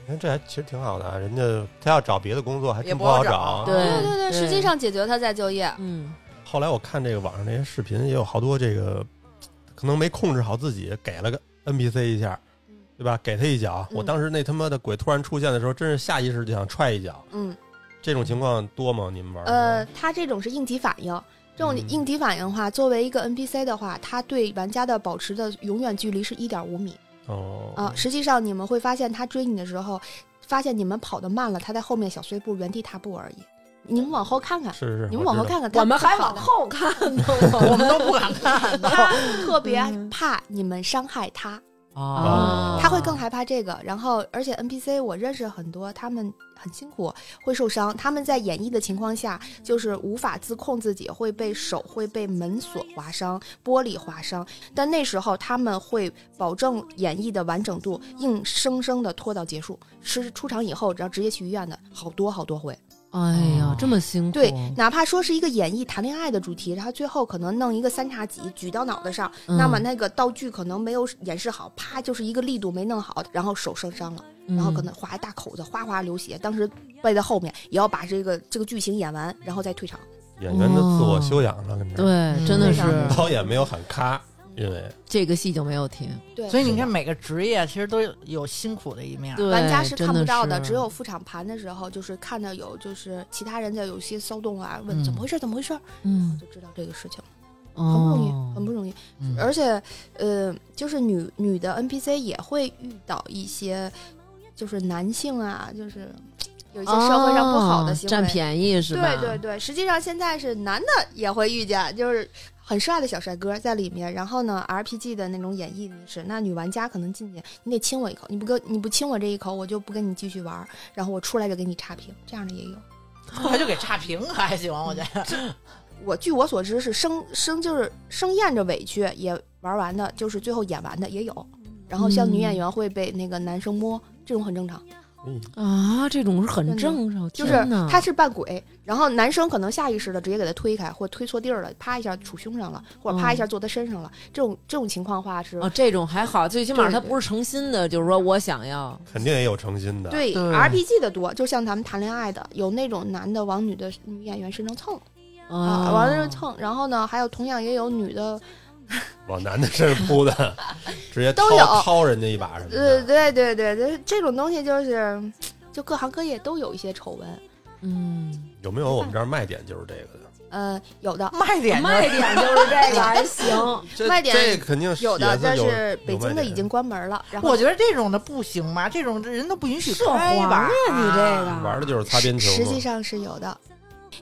C: 你哎看这还其实挺好的啊，人家他要找别的工作还
A: 也
C: 真
A: 不
C: 不好
A: 好
C: 找
A: 找。
B: 对
D: 对对对，实际上解决他再就业。
B: 嗯，
C: 后来我看这个网上那些视频，也有好多这个可能没控制好自己，给了个 NPC 一下
D: 嗯，
C: 对吧？给他一脚。
D: 嗯
C: 我当时那他妈的鬼突然出现的时候，真是下意识就想踹一脚。
D: 嗯，
C: 这种情况多吗？你们玩？
B: 嗯
D: 呃，，他这种是应急反应。这种
C: 嗯
D: 应急反应的话，作为一个 NPC 的话，他对玩家的保持的永远距离是一点五米。
C: 哦，
D: 啊，实际上你们会发现他追你的时候，发现你们跑得慢了，他在后面小碎步原地踏步而已。你们往后看看，
C: 是是，
D: 你们
C: 我
D: 往
C: 知
D: 后
C: 道，
D: 看看，他
B: 我们
D: 他
B: 还
D: 跑
B: 往
D: 得
B: 后看呢，
A: 我们都不 敢看呢。
D: 他 特别
B: 嗯
D: 怕你们伤害他，
B: 哦
C: 啊
D: 他会更害怕这个。然后，而且 NPC 我认识很多，他们很辛苦，会受伤。他们在演绎的情况下，就是无法自控自己，会被手、会被门锁划伤、玻璃划伤。但那时候他们会保证演绎的完整度，硬生生的拖到结束。是出场以后，然后直接去医院的好多好多回。
B: 哎
C: 哦
B: 呀，这么辛苦，哦
D: 对，哪怕说是一个演绎谈恋爱的主题，然后最后可能弄一个三叉戟举到脑袋上，
B: 嗯
D: 那么那个道具可能没有演示好，啪就是一个力度没弄好，然后手受伤了，
B: 嗯
D: 然后可能划一大口子，哗哗流血。当时背在后面也要把这个这个剧情演完，然后再退场。
C: 演员的自我修养了，跟这儿
B: 对，真的
D: 嗯非
B: 是
D: 常
C: 导演没有喊咔，因为
B: 这个戏就没有停，
D: 对，
A: 所以你看，每个职业其实都有辛苦的一面。
B: 对，
D: 玩家是看不到
B: 真
D: 的，
B: 是
D: 只有复场盘的时候，就是看到有就是其他人在有些骚动啊，问怎么回事，怎么回事，
B: 嗯，
D: 就知道这个事情了，很不容易，很
B: 哦，
D: 不容易。
A: 嗯
D: 而且，呃，就是女女的 NPC 也会遇到一些，就是男性啊，就是有一些社会上不好的
B: 哦
D: 行为，
B: 占便宜是吧？
D: 对对对，实际上现在是男的也会遇见，就是很帅的小帅哥在里面，然后呢 RPG 的那种演绎你是，那女玩家可能进去，你得亲我一口，你不跟你不亲我这一口，我就不跟你继续玩儿，然后我出来就给你差评，这样的也有。
A: 还就给差评还行，我觉得。
D: 我据我所知是生生就是生咽着委屈也玩完的，就是最后演完的也有。然后像
B: 嗯
D: 女演员会被那个男生摸，这种很正常。
C: 嗯
B: 啊，这种是很正常，
D: 就是
B: 天哪
D: 他是扮鬼，然后男生可能下意识的直接给他推开，或推错地儿了，啪一下杵胸上了，或者啪一下坐他身上了。
C: 嗯
D: 这种这种情况话是
C: 哦
B: 啊，这种还好，最起码
D: 对
B: 他
D: 对
B: 不是诚心的，就是说我想要
C: 肯定也有诚心的。
D: 对
B: 对
D: RPG 的多，就像咱们谈恋爱的，有那种男的往女的女演员身上蹭
C: 哦
D: 啊，往那蹭，然后呢，还有同样也有女的，
C: 往男的身上扑 的，直接掏
D: 都有
C: 掏人家一把什么
D: 呃，
C: 的。
D: 对对对对，这种东西就是，就各行各业都有一些丑闻，
B: 嗯，
C: 有没有我们这儿卖点就是这个的？
D: 呃，有的。
A: 卖点就是
B: 卖 点就是这个还行，
C: 这
D: 卖点
C: 这肯定是
D: 有的，
C: 也
D: 但
C: 有
D: 是北京的
C: 有
D: 已。
C: 卖
D: 经关门了。然后
A: 我觉得这种的不行吧，这种人都不允许
B: 涉
A: 开
B: 黄
A: 吧
B: 啊？你这
C: 点
B: 个
C: 玩的就是擦边球嘛。
D: 实际上是有的，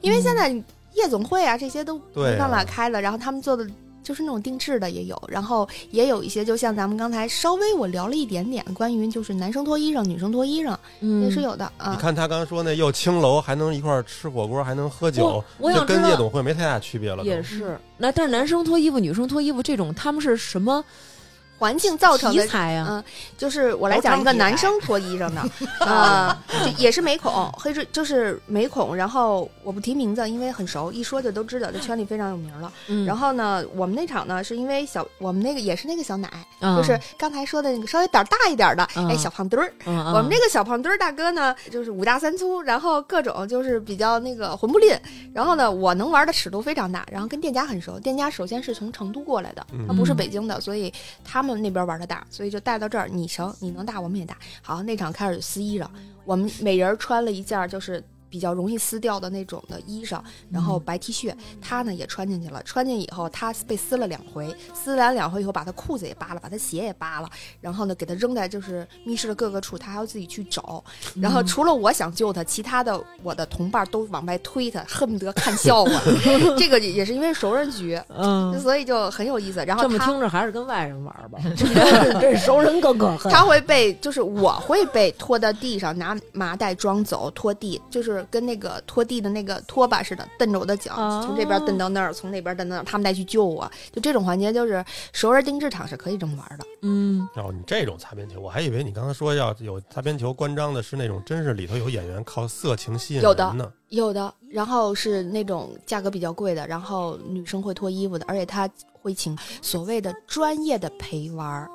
D: 因为现
B: 嗯
D: 在夜总会啊这些都
C: 对
D: 没
C: 啊
D: 办法开了，然后他们做的就是那种定制的也有，然后也有一些就像咱们刚才稍微我聊了一点点关于就是男生脱衣裳、女生脱衣裳也
B: 嗯
D: 是有的
C: 你
D: 啊。
C: 看他刚才说那又青楼，还能一块儿吃火锅，还能喝酒
B: 我，我想
C: 就跟
B: 知道
C: 夜总会没太大区别了都。
B: 也是。那但是男生脱衣服、女生脱衣服这种，他们是什么
D: 环境造成
B: 题
D: 的，
B: 材呀？
D: 嗯，就是我来讲一个男生脱衣裳 的啊，就也是美恐，黑是就是美恐，然后我不提名字，因为很熟，一说就都知道，这圈里非常有名了。
B: 嗯
D: 然后呢，我们那场呢，是因为小我们那个也是那个小奶，
B: 后
D: 就是刚才说的那个稍微胆儿大一点的，
B: 嗯
D: 哎，小胖墩儿。我
B: 我
D: 们这个小胖墩儿大哥呢，就是五大三粗，然后各种就是比较那个混不吝。然后呢，我能玩的尺度非常大，然后跟店家很熟。店家首先是从成都过来的，他
C: 嗯，
D: 不是北京的，所以他们那边玩的大，所以就带到这儿。你成，你能大，我们也大。好，那场开始撕衣裳，我们每人穿了一件儿就是比较容易撕掉的那种的衣裳，然后白 T 恤，他呢也穿进去了。穿进以后，他被撕了两回，撕完两回以后，把他裤子也扒了，把他鞋也扒了，然后呢给他扔在就是密室的各个处，他还要自己去找。然
B: 嗯
D: 后除了我想救他，其他的我的同伴都往外推他，恨不得看笑 话。这个也是因为熟人局。
B: 嗯，
D: 所以就很有意思，然后
B: 这
D: 他。
B: 么听着还是跟外人玩 吧。
F: 这熟人更可恨。
D: 他会被，就是我会被拖到地上，拿麻袋装走，拖地，就是跟那个拖地的那个拖把似的，蹬着我的脚，
B: 哦
D: 从这边蹬到那儿，从那边蹬到那儿，他们再去救我。就这种环节，就是熟人定制场是可以这么玩的。
B: 嗯，
C: 哦，你这种擦边球，我还以为你刚才说要有擦边球关张的是那种，真是里头有演员靠色情吸引
D: 有的
C: 人呢。
D: 有的，然后是那种价格比较贵的，然后女生会脱衣服的，而且他会请所谓的专业的陪玩儿，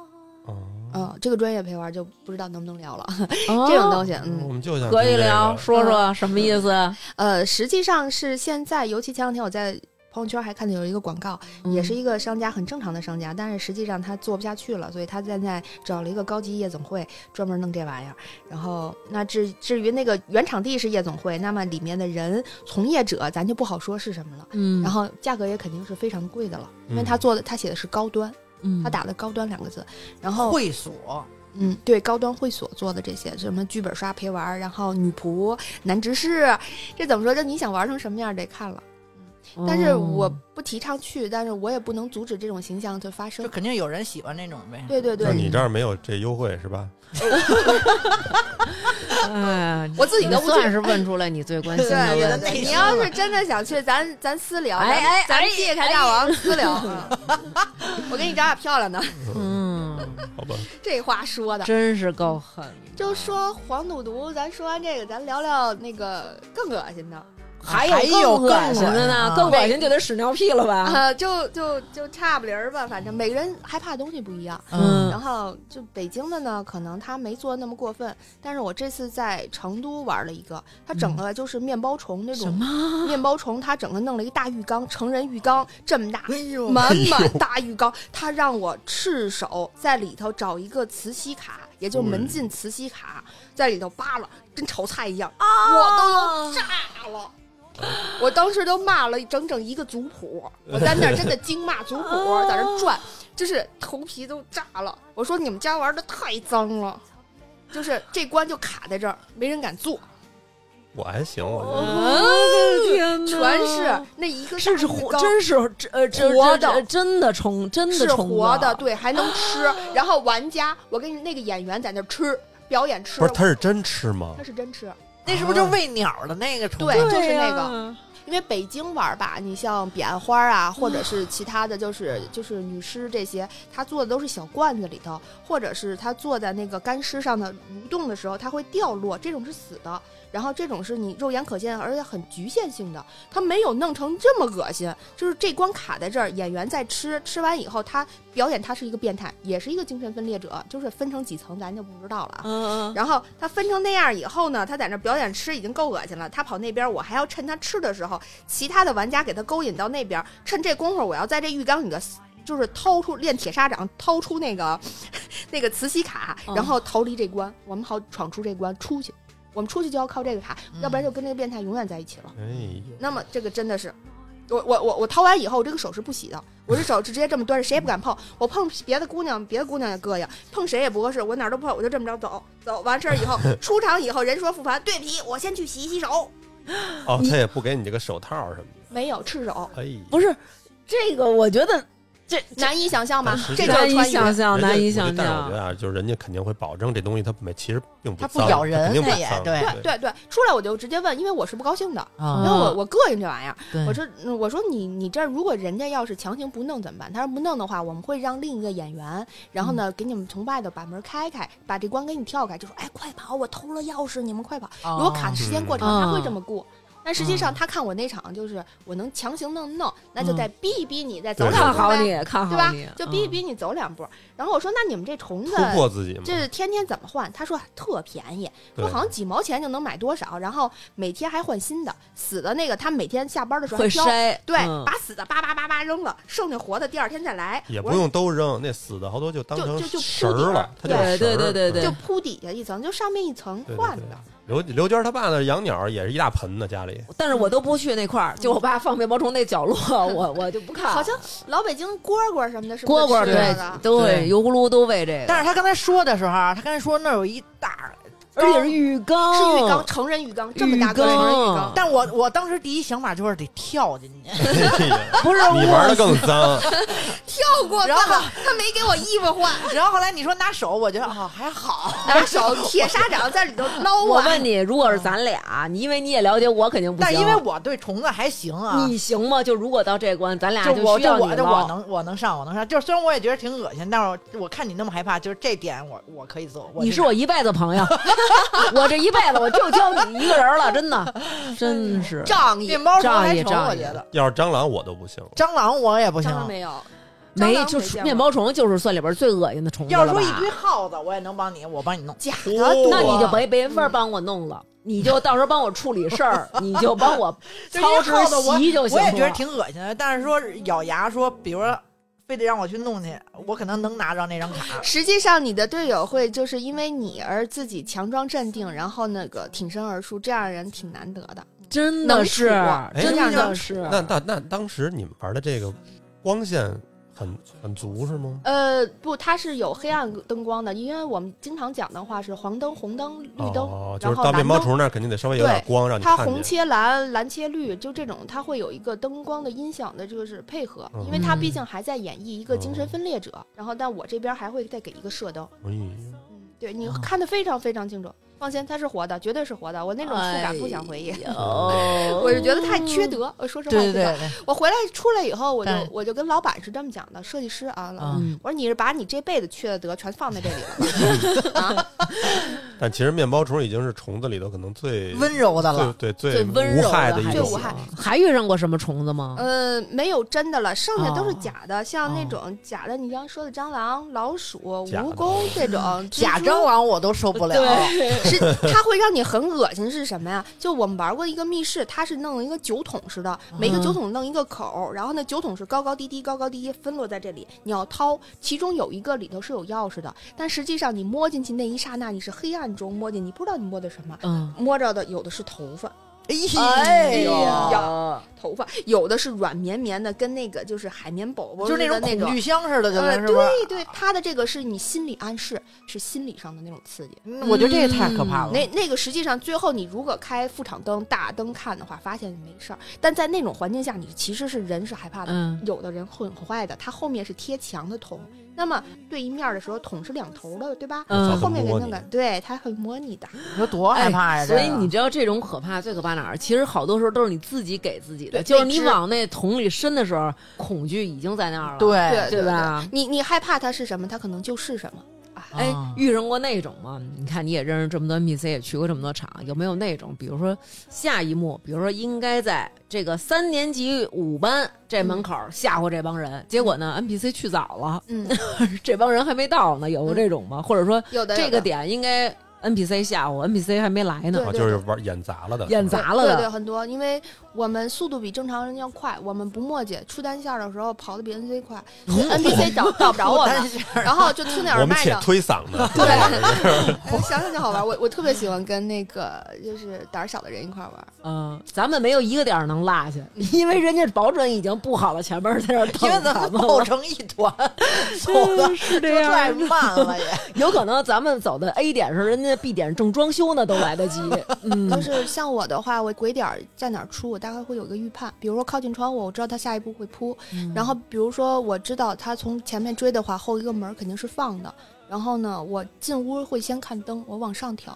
C: 哦，
D: 嗯，这个专业陪玩儿就不知道能不能聊了，
B: 这
D: 这种东西，嗯
C: 我，们就想
B: 可以
C: 听这个
B: 聊，说说什么意思？
D: 呃，实际上是现在，尤其前两天我在朋友圈还看到有一个广告，
B: 嗯
D: 也是一个商家很正常的商家，但是实际上他做不下去了，所以他现在找了一个高级夜总会专门弄这玩意儿。然后那至至于那个原场地是夜总会，那么里面的人从业者咱就不好说是什么了。
B: 嗯，
D: 然后价格也肯定是非常贵的了，因为
C: 嗯
D: 他做的他写的是高端，
B: 嗯
D: 他打的高端两个字。然后
A: 会所，
D: 嗯，对，高端会所做的这些什么剧本杀陪玩，然后女仆、男执事，这怎么说？这你想玩成什么样得看了。但
B: 哦
D: 是我不提倡去，但是我也不能阻止这种形象的发
A: 就
D: 生。
A: 肯定有人喜欢那种呗。啊
D: 对对
C: 那
D: 对，
C: 你这儿没有这优惠是吧？
B: 哎，
D: 我自己都不
B: 算
D: 去。
B: 是问出来你最关
D: 对
B: 心的
D: 对
B: 问
D: 对，
B: 题。
D: 你要是真的想去，咱咱私聊，
B: 哎
D: 咱
B: 哎
D: 咱
B: 哎
D: 借开大王私聊。 嗯我给你找点漂亮的，
B: 嗯，
C: 好吧，
D: 这话说的。
B: 真是够狠啊的，
D: 就说黄赌毒，咱说完这个，咱聊聊那个更恶心的
B: 还
A: 还有
B: 有更恶
A: 更
B: 心的呢，
A: 恶
B: 更恶心就得屎尿屁了吧？
D: 啊，就就就差不离儿吧，反正每个人害怕的东西不一样。
B: 嗯
D: 然后就北京的呢，可能他没做那么过分，但是我这次在成都玩了一个，他整个就是面包虫那
B: 什
D: 种，
B: 么？
D: 面包虫他整个弄了一大浴缸，成人浴缸这么大。
A: 哎呦，
D: 满满大浴缸，他让我赤手在里头找一个磁吸卡，也就是
A: 嗯
D: 门禁磁吸卡，在里头扒拉，跟炒菜一样，
B: 啊
D: 我都要炸了。我当时都骂了整整一个族谱，我在那儿 真的惊骂族谱，在那儿转，就是头皮都炸了。我说你们家玩的太脏了，就是这关就卡在这儿，没人敢坐，
C: 我还行，我觉
D: 哦
C: 得。
B: 我的天哪！
D: 全是那一个大
B: 嗯这是
D: 浴
B: 活，
D: 缸
B: 真是这呃这
D: 活
B: 这
D: 的
B: 真的虫，真的
D: 是
B: 虫子啊
D: 活的，对，还能 吃。然后玩家，我跟那个演员在那儿吃表演吃，
C: 不是，他是真吃吗
D: 他？是真吃，
A: 那是不是就喂鸟的那个虫？
D: 对，就是
B: 对
D: 那
B: 呀嗯
D: 个。因为北京玩儿吧，你像彼岸花啊，或者是其他的就是就是女尸这些，它做的都是小罐子里头，或者是它坐在那个干尸上的蠕动的时候，它会掉落，这种是死的。然后这种是你肉眼可见，而且很局限性的，它没有弄成这么恶心。就是这关卡在这儿，演员在吃，吃完以后他表演他是一个变态，也是一个精神分裂者，就是分成几层咱就不知道了啊。
G: 嗯，
D: 然后他分成那样以后呢，他在那表演吃已经够恶心了。他跑那边，我还要趁他吃的时候，其他的玩家给他勾引到那边，趁这功夫，我要在这浴缸里的。就是掏出练铁砂掌， 掏出那个那个磁吸卡，
G: 嗯
D: 然后逃离这关，我们好闯出这关出去。我们出去就要靠这个卡，
A: 嗯
D: 要不然就跟这个变态永远在一起了。
C: 哎呦，
D: 那么这个真的是，我我我我掏完以后，我这个手是不洗的，我这手是直接这么端着，谁也不敢碰。我碰别的姑娘，别的姑娘也膈应，碰谁也不合适，我哪儿都不碰，我就这么着走走。完事 儿以后，出场以后，人说复盘，对不起，我先去洗一洗手，
C: 哦，他也不给你这个手套什么
D: 没有赤手，
C: 的，哎呀，
F: 不是这个，我觉得这这
D: 难以想象吧
C: 但实？际
D: 这
C: 上
D: 就
B: 难以
D: 是穿衣服
B: 想象，
C: 人家
B: 难以
C: 我
B: 想
C: 觉得但是我觉
B: 象。
C: 得啊，就是人家肯定会保证这东西它没，其实并不
A: 它不
C: 脏
A: 咬人
C: 肯定不
A: 它也
C: 脏
A: 对
C: 对
D: 对哦对，出来我就直接问，因为我是不高兴的，因为
A: 啊，
D: 我我膈应这玩意儿。
A: 对，
D: 我说嗯我说你你这如果人家要是强行不弄怎么办？他说不弄的话，我们会让另一个演员，然后呢给你们从外头把门开开，把这关给你跳开，就说哎快跑，我偷了钥匙，你们快跑。如果卡的时间过长，他会这么过。但实际上，他看我那场就是我能强行弄弄，那就再逼一逼你，再走
C: 对
D: 两
B: 看
D: 步
B: 好
D: 呗，
B: 你，看
D: 对
B: 好
D: 吧
B: 你，？嗯
D: 就逼一逼你走两步。然后我说那你们这虫子
C: 突破自己嘛，
D: 这天天怎么换？他说特便宜，
C: 对
D: 说好像几毛钱就能买多少，然后每天还换新的。死的那个他每天下班的时候还
B: 会
D: 挑
B: 筛，
D: 对，
B: 嗯
D: 把死的叭叭叭叭扔了，剩下活的第二天再来。
C: 也
D: 我
C: 不
D: 说
C: 用都扔，那死的好多就当
D: 就
C: 成
D: 就就
C: 绳
D: 铺底
C: 儿
D: 儿
C: 了，它就
B: 对
C: 是
B: 对
C: 绳儿
B: 对对对
D: 就铺底下一层，就上面一层
C: 对对
D: 换
C: 对
D: 的。
C: 刘刘娟她爸那养鸟也是一大盆呢，家里
B: 但是我都不去那块儿，就我爸放面包虫那角落，我我就不看了。
D: 好像老北京蝈蝈什么的，是不
B: 蝈
D: 是
B: 蝈
D: 吃
B: 对
D: 的？
B: 都会
A: 对
B: 油咕噜都喂这个，
A: 但是他刚才说的时候啊，他刚才说那儿有一大，
F: 而且是浴缸，
D: 是浴缸，成人浴缸，这么大
B: 浴
D: 个儿成人浴
B: 哦缸
D: 缸。
A: 但我我当时第一想法就是得跳进去，
C: 不是你玩的更脏，
D: 跳 过，
A: 然后
D: 他他没给我衣服 换，
A: 然后后来你说拿手，我觉得哦还好，
D: 拿手铁砂掌在里头捞
B: 我
D: 啊。
B: 问你，如果是咱俩，你因为你也了解我，肯定不行。
A: 但因为我对虫子还行啊，
B: 你行吗？就如果到这关，咱俩
A: 就我
B: 需
A: 这
B: 要你
A: 我这我
B: 了。
A: 能我能上我能上，就是虽然我也觉得挺恶心，但是我我看你那么害怕，就是这点我我可以做。
B: 你是
A: 我
B: 我一辈子朋 友， 我这一辈子我就交你一个人了，真 的，真是。
D: 仗
A: 这
D: 义
A: 面包虫
B: 仗
A: 还
B: 义
A: 成，
B: 仗
A: 我
B: 义
A: 觉得
C: 要是蟑螂我都不 行。
A: 蟑螂我也不行
D: 蟑。螂没有，
B: 没
D: 蟑螂
B: 就
D: 没见过
B: 面包虫就是算里边最恶心的虫子
A: 要
B: 了吧
A: 说一堆耗子，我也能帮你，我帮你弄。
D: 假的多。
B: 那你就没没法帮我弄了，你就到时候帮我处理事 儿，你就帮我操
A: 就是
B: 持
A: 一耗子我
B: 洗就行
A: 我
B: 了。
A: 也觉得挺恶心的，但是说咬牙说，比如说非得让我去弄去，我可能能拿着那张卡。
D: 实际上，你的队友会就是因为你而自己强装镇定，然后那个挺身而出，这样的人挺难得的。
B: 真的是
D: 能，
C: 处
B: 真的
A: 能
B: 是。
C: 哎那那那当时你们玩的这个光线很很足是吗？
D: 呃，不，它是有黑暗灯光的，因为我们经常讲的话是黄灯、红灯、绿灯，
C: 哦，就
D: 然
C: 是
D: 后
C: 到
D: 蓝
C: 面
D: 灯。
C: 包虫那儿肯定得稍微有点光让你
D: 它
C: 看
D: 红
C: 见。
D: 切蓝，蓝切绿，就这种，它会有一个灯光的音响的，就是配合，
C: 嗯哦
D: 因为它毕竟还在演绎一个精神分裂者，然后但我这边还会再给一个射灯，
C: 哎
D: 嗯，对你看得非常非常清楚，放心，它是活的，绝对是活的，我那种触感不想回忆，
C: 哎
B: 哦，
D: 我是觉得太缺德，我说实话，
A: 对对
D: 这个
A: 对，
D: 我回来出来以后，我就
A: 但
D: 我就跟老板是这么讲的，设计师啊，老板
A: 啊
B: 嗯
D: 我说你是把你这辈子缺的德全放在这里了，
C: 但其实面包虫已经是虫子里头可能最
A: 温柔的了。
C: 最对
B: 最温
C: 无
B: 柔
C: 害
B: 的
C: 一
B: 还
D: 最
C: 种啊
D: 无害。
B: 还遇上过什么虫子吗？
D: 呃，没有真的了，剩下都是
A: 嗯哦
D: 假的，像那
A: 哦
D: 种假的，你刚刚说的蟑螂、老鼠、
C: 假的
D: 蜈蚣这 种
A: 假哦蟑，螂我都受
B: 嗯
A: 不了，
D: 蜘蛛是它会让你很恶心是什么呀？就我们玩过一个密室，它是弄了一个酒桶似的，每
A: 嗯
D: 个酒桶弄一个口，然后那酒桶是高高低低、高高低低分落在这里，你要掏，其中有一个里头是有钥匙的，但实际上你摸进去那一刹那，你是黑暗中摸进，你不知道你摸的什么。
B: 嗯，
D: 摸着的有的是头发，
A: 哎
D: 呦
B: 呀，
D: 头发有的是软绵绵的，跟那个就是海绵宝宝
A: 就是那
D: 似
A: 种
D: 的那
A: 恐
D: 种
A: 惧箱似的，就
D: 呃，
A: 是不是？
D: 对对，他的这个是你心理暗示，是心理上的那种刺激。
A: 嗯我觉得这也太可怕了。
D: 那那个实际上最后你如果开副厂灯、大灯看的话，发现没事儿。但在那种环境下，你其实是人是害怕的。
B: 嗯
D: 有的人很坏的，他后面是贴墙的桶，那么对一面儿的时候，桶是两头的，对吧？
B: 嗯
D: 它后面给
C: 摸
D: 那
C: 你
D: 个，对，它很模拟的。
A: 你说多害怕呀！
B: 哎所以
A: 这个
B: 你知道这种可怕最可怕哪儿？其实好多时候都是你自己给自己的，
D: 对
B: 就是你
D: 未知
B: 往那桶里伸的时候，恐惧已经在那儿了。，
A: 哎对
D: 对
B: 对吧
D: 你你害怕它是什么，它可能就是什么。
B: 哎
A: 啊，
B: 遇上过那种吗？你看你也认识这么多 MC，也去过这么多场，有没有那种，比如说下一幕，比如说应该在这个三年级五班这
A: 嗯
B: 门口吓唬这帮人，结果呢 NPC 去早了，
D: 嗯，
B: 这帮人还没到呢，
A: 嗯
B: 有过这种吗？或者说
D: 有的
B: 这
D: 有
B: 个
D: 的
B: 点应该 NPC 吓唬，NPC 还没来呢
D: 对，
C: 啊，
D: 对
C: 就是玩演砸了的，嗯
B: 演
C: 是吧
B: 砸了
D: 对对，
B: 的，
D: 很多，因为我们速度比正常人要快，我们不墨迹，出单线儿的时候跑得比 NPC 快
B: 嗯
D: ，NPC 找找不着我们，然后就听那耳
C: 我们
D: 麦
C: 且
D: 上。
C: 推啊搿呢。
D: 对
C: 对，
D: 哎想想就好玩，我我特别喜欢跟那个就是胆儿小的人一块儿玩，
B: 嗯，咱们没有一个点儿能落下， 因为人家保准已经布好了前面儿在这儿等
A: 因为咱
B: 咱
A: 们
B: 们
A: 抱
B: 了，
A: 成一 团，走的
B: 是这
A: 就太
B: 样的。
A: 慢了也。
B: 有可能咱们走的 A 点是人家 B 点正装修呢，都 来得及。
D: 要
B: 嗯，
D: 是像我的话，我鬼点儿在哪儿出，我大概会有个预判。比如说靠近窗户，我知道他下一步会扑；
B: 嗯
D: 然后比如说我知道他从前面追的话，后一个门肯定是放的。然后呢，我进屋会先看灯，我往上跳。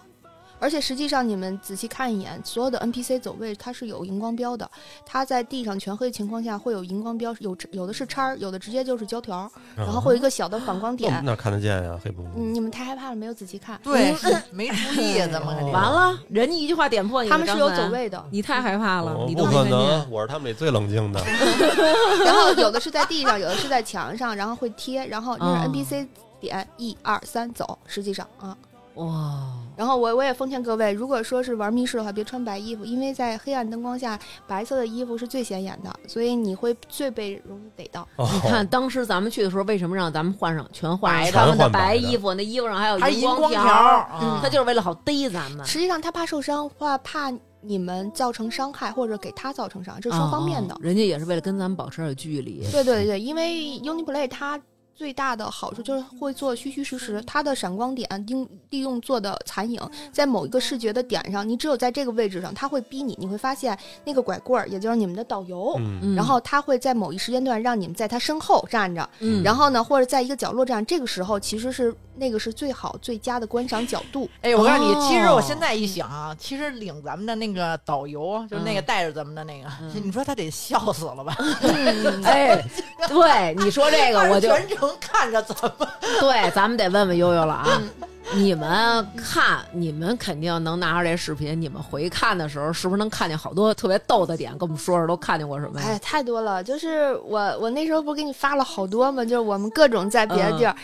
D: 而且实际上，你们仔细看一眼，所有的 NPC 走位它是有荧光标的，它在地上全黑的情况下会有荧光标，有有的是叉儿，有的直接就是胶条儿，然
B: 嗯
D: 后会有一个小的反光
C: 那我们
B: 哦
D: 点。
C: 哪看得见呀？黑不
D: 嗯，你们太害怕了，没有仔细看。
A: 对，是没注意啊，咱们肯定
B: 完了，人家一句话点破你，
D: 他们是有走，位的，
B: 你太害怕了，
C: 哦我
B: 你
C: 不
B: 都没
C: 可
B: 看见。
C: 能，我是他们里最冷静的。
D: 然后有的是在地上，有的是在墙上，然后会贴，然后那
B: 哦
D: 是 NPC 点一二三走，实际上
C: 哦
D: 啊。
B: 哇，
D: 然后我我也奉劝各位，如果说是玩密室的话，别穿白衣服，因为在黑暗灯光下，白色的衣服是最显眼的，所以你会最被容易逮到。
C: 哦
B: 你看当时咱们去的时候，为什么让咱们换上全换上
C: 白的
B: 他们的
C: 全换白的
B: 衣服？那衣服上还有
A: 还荧
B: 光
A: 条
B: 儿，
A: 儿，
D: 嗯
B: 他就是为了好逮咱们。
D: 实际上他怕受伤，怕怕你们造成伤害，或者给他造成伤，这是双方面的。
B: 哦人家也是为了跟咱们保持点距离。
D: 对对对，因为 UniPlay 它最大的好处就是会做虚虚实实，它的闪光点利利用做的残影，在某一个视觉的点上，你只有在这个位置上，它会逼你，你会发现那个拐棍儿，也就是你们的导游。
C: 嗯，
B: 嗯
D: 然后他会在某一时间段让你们在他身后站着，
B: 嗯
D: 然后呢，或者在一个角落站。这个时候其实是那个是最好最佳的观赏角度。
A: 哎，我告诉你
B: 哦，
A: 其实我现在一想啊，其实领咱们的那个导游，啊就是那个带着咱们的那个，
B: 嗯
A: 你说他得笑死了吧？
B: 哎，对你说这 个， 我就
A: 全程看着咱们，
B: 对，咱们得问问悠悠了啊。
D: 嗯
B: 你们看，你们肯定能拿着这视频，你们回看的时候，是不是能看见好多特别逗的点？跟我们说说，都看见过什么
D: 哎
B: 呀？
D: 呀，太多了！就是我，我那时候不是给你发了好多吗？就是我们各种在别的地儿，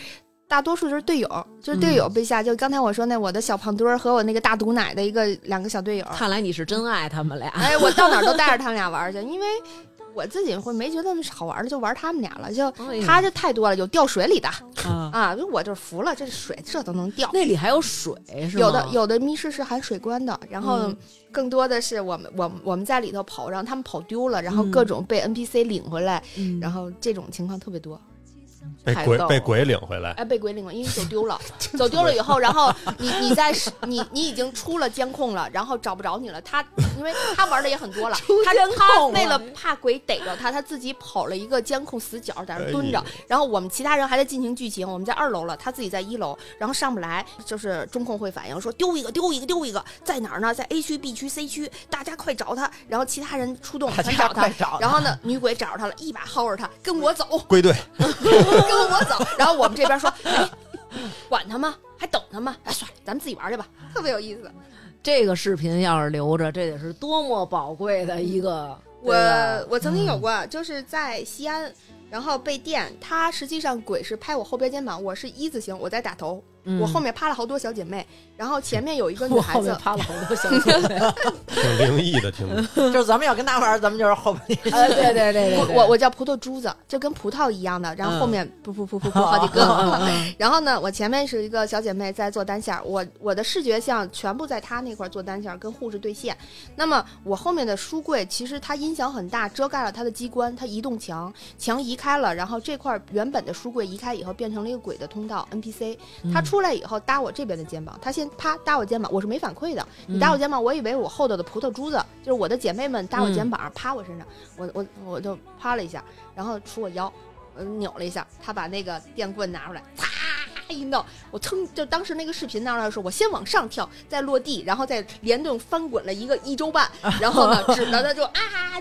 D: 大多数就是队友，就是队友被吓。就刚才我说那我的小胖墩儿和我那个大毒奶的一个两个小队友，
B: 看来你是真爱他们俩。
D: 哎，我到哪儿都带着他们俩玩儿去，因为我自己会没觉得那么好玩儿的，就玩儿他们俩了。就
B: 哎呀
D: 他就太多了，有掉水里的
B: 啊
D: 啊，就我就是服了，这水这都能掉。
B: 那里还有水是吗？
D: 有的有的密室是含水关的，然后
B: 嗯
D: 更多的是我们我们我们在里头跑，然后他们跑丢了，然后
B: 嗯
D: 各种被 NPC 领回来，
B: 嗯，
D: 然后这种情况特别多。
C: 被
B: 太
C: 鬼
B: 逗
C: 被
B: 了
C: 鬼领回来，
D: 哎，被鬼领了，因为走丢了，走丢了以后，然后你你在是你你已经出了监控了，然后找不着你了。他因为他玩的也很多了，他他为了怕鬼逮着他，他自己跑了一个监控死角，在那儿蹲着
C: 哎。
D: 然后我们其他人还在进行剧情，我们在二楼了，他自己在一楼，然后上不来，就是中控会反应说丢一个丢一个丢一个，在哪儿呢？在 A 区、B 区、C 区，大家快找他。然后其他人出动想找他
A: 快，找
D: 然后呢，女鬼找着他了，一把薅着他，跟我走。
C: 归队。
D: 跟我走。然后我们这边说，哎，管他吗？还等他吗？哎，算了，咱们自己玩去吧，特别有意思。
B: 这个视频要是留着，这得是多么宝贵的一个。
D: 我
B: 对吧
D: 我曾经有过，就是在西安，然后被电，他实际上鬼是拍我后边肩膀，我是一字形，我在打头，
B: 嗯
D: 我后面趴了好多小姐妹，然后前面有 一个女
B: 我
D: 孩
B: 后面
D: 子。
B: 趴了好多小姐妹。
C: 挺灵异的，听着。
A: 就是咱们要跟他玩儿，咱们就是后边 那
B: 呃，对对对对，
D: 我
B: 对嗯
D: 我我叫葡萄珠子，就跟葡萄一样的，然后后面噗噗噗噗噗好几个， 然后呢，我前面是一个小姐妹在做单线儿，我我的视觉像全部在她那块儿做单线儿，跟护士对线。那么我后面的书柜其实它音响很大，遮盖了它的机关，它移动墙，墙移开了，然后这块儿原本的书柜移开以后变成了一个鬼的通道 NPC，他
B: 嗯
D: 出来以后搭我这边的肩膀，他先啪搭我肩膀，我是没反馈的，你搭我肩膀，我以为我后头的葡萄珠子就是我的姐妹们搭我肩膀、趴我身上，我我我就趴了一下，然后杵我腰。呃扭了一下，他把那个电棍拿出来，嚓一弄，我腾就当时那个视频当时说，我先往上跳，再落地，然后再连顿翻滚了一个一 周半，然后呢，指着他就啊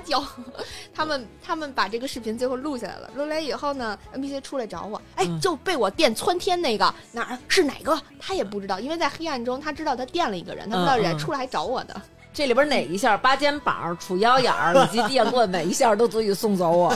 D: 叫。 他们他们把这个视频最后录下来了，录下来以后呢，NPC 出来找我，哎，
B: 嗯
D: 就被我电窜天那个哪儿是哪个，他也不知道，因为在黑暗中他知道他电了一个人，他不知道
B: 嗯嗯
D: 人出来还找我的。
B: 这里边哪一下扒肩膀、杵腰眼儿以及电棍，每一下都足以送走 我。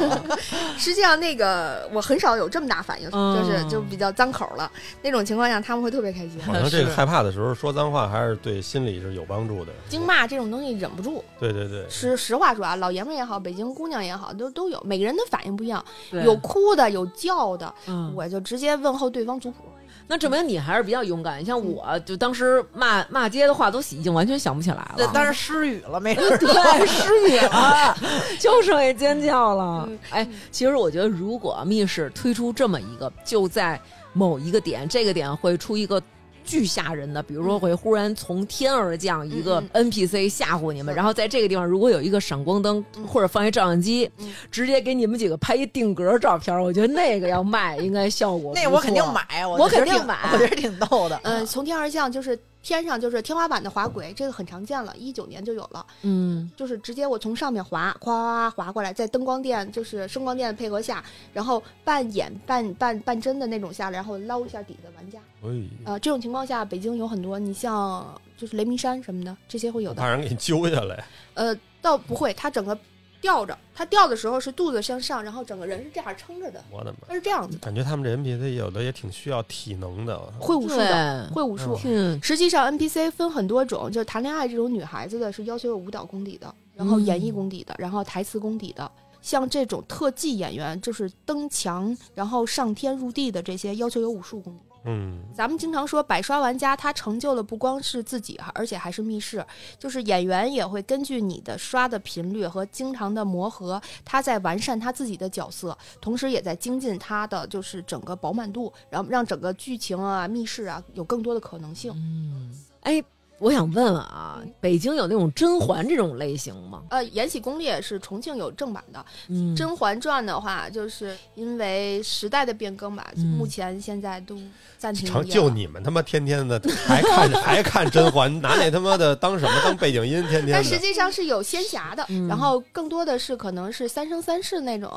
D: 实际上，那个我很少有这么大反应，
B: 嗯
D: 就是就比较脏口了。那种情况下，他们会特别开 心。
C: 好像这个害怕的时候说脏话还是对心理是有帮助的。
D: 经骂这种东西忍不住，
C: 对对对，
D: 实实话说啊，老爷们儿也好，北京姑娘也好，都都有，每个人的反应不一样，
B: 对
D: 有哭的，有叫的，
B: 嗯
D: 我就直接问候对方族谱。
B: 那证明你还是比较勇敢。像我就当时骂骂街的话都已经完全想不起来
A: 对
B: 了，，
A: 但是失语了，没事儿。
B: 对，失语了，就剩下尖叫了
D: 嗯。
B: 哎，其实我觉得，如果密室推出这么一个，就在某一个点，这个点会出一个。巨吓人的，比如说会忽然从天而降一个
D: 嗯
B: NPC 吓唬你们，
D: 嗯
B: 然后在这个地方如果有一个闪光灯
D: 嗯
B: 或者放一照相机，
D: 嗯
B: 直接给你们几个拍一定格照片，我觉得那个要卖应该效果不错。
A: 那我肯定买，啊我
B: 我
A: 觉得
B: 肯定
A: 挺
B: 买
A: 我觉得挺逗的。
D: 嗯、从天而降就是天上就是天花板的滑轨，这个很常见了，一九年就有了，
B: 嗯，
D: 就是直接我从上面滑，哗哗哗滑过来，在灯光电就是声光电配合下，然后半演半半半真的那种下来，然后捞一下底的玩家。
C: 哎，
D: 呃，这种情况下，北京有很多，你像就是雷鸣山什么的，这些会有
C: 我
D: 的。
C: 怕人给你揪下来。
D: 呃，倒不会，它整个吊着，它吊的时候是肚子向上，然后整个人是这样撑着的，
C: 我的妈！
D: 它是这样子的。
C: 感觉他们这 NPC 有的也挺需要体能的。啊
D: 会武术的，
B: 对，
D: 会武术。
B: 嗯
D: 实际上，NPC 分很多种，就是谈恋爱这种女孩子的是要求有舞蹈功底的，然后演绎功底的，然后台词功底的。像这种特技演员，就是登墙然后上天入地的这些，要求有武术功底。
C: 嗯，
D: 咱们经常说百刷玩家，他成就了不光是自己，而且还是密室。就是演员也会根据你的刷的频率和经常的磨合，他在完善他自己的角色，同时也在精进他的就是整个饱满度，然后让整个剧情啊、密室啊有更多的可能性。
B: 哎，我想问问啊
D: 嗯，
B: 北京有那种甄嬛这种类型吗？
D: 呃，《延禧攻略》是重庆有正版的，
B: 嗯
D: 甄嬛传》的话，就是因为时代的变更吧，
B: 嗯
D: 目前现在都暂停
C: 成
D: 演
C: 就
D: 了
C: 你们他妈天天的还看还看甄嬛，拿那他妈的当什么当背景音，天天
D: 但实
C: 的。
D: 际上是有仙侠的，
B: 嗯
D: 然后更多的是可能是三生三世那种，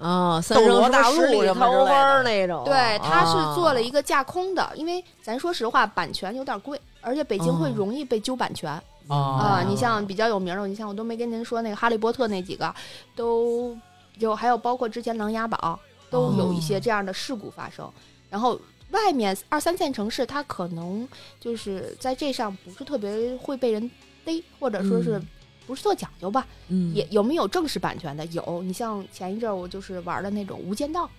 B: 啊，三生
A: 罗
B: 什么
A: 大
B: 十
A: 陆
B: 里
A: 什么之
B: 桃
A: 类
B: 花
A: 的
B: 儿那种，哦
D: 对，它是做了一
B: 个
D: 个架空
B: 啊
D: 的，因为咱说实话，版权有点贵，而且北京会
B: 哦
D: 容易被揪版权啊、
A: 啊
D: 你像比较有名的，你像我都没跟您说那个《哈利波特》那几个，都有，还有包括之前《琅琊榜》，都有一些这样的事故发
B: 哦
D: 生。然后外面二三线城市，它可能就是在这上不是特别会被人逮，或者说是
B: 嗯
D: 不是特讲究吧？也有没有正式版权的？有，你像前一阵儿我就是玩的那种《无间道》。嗯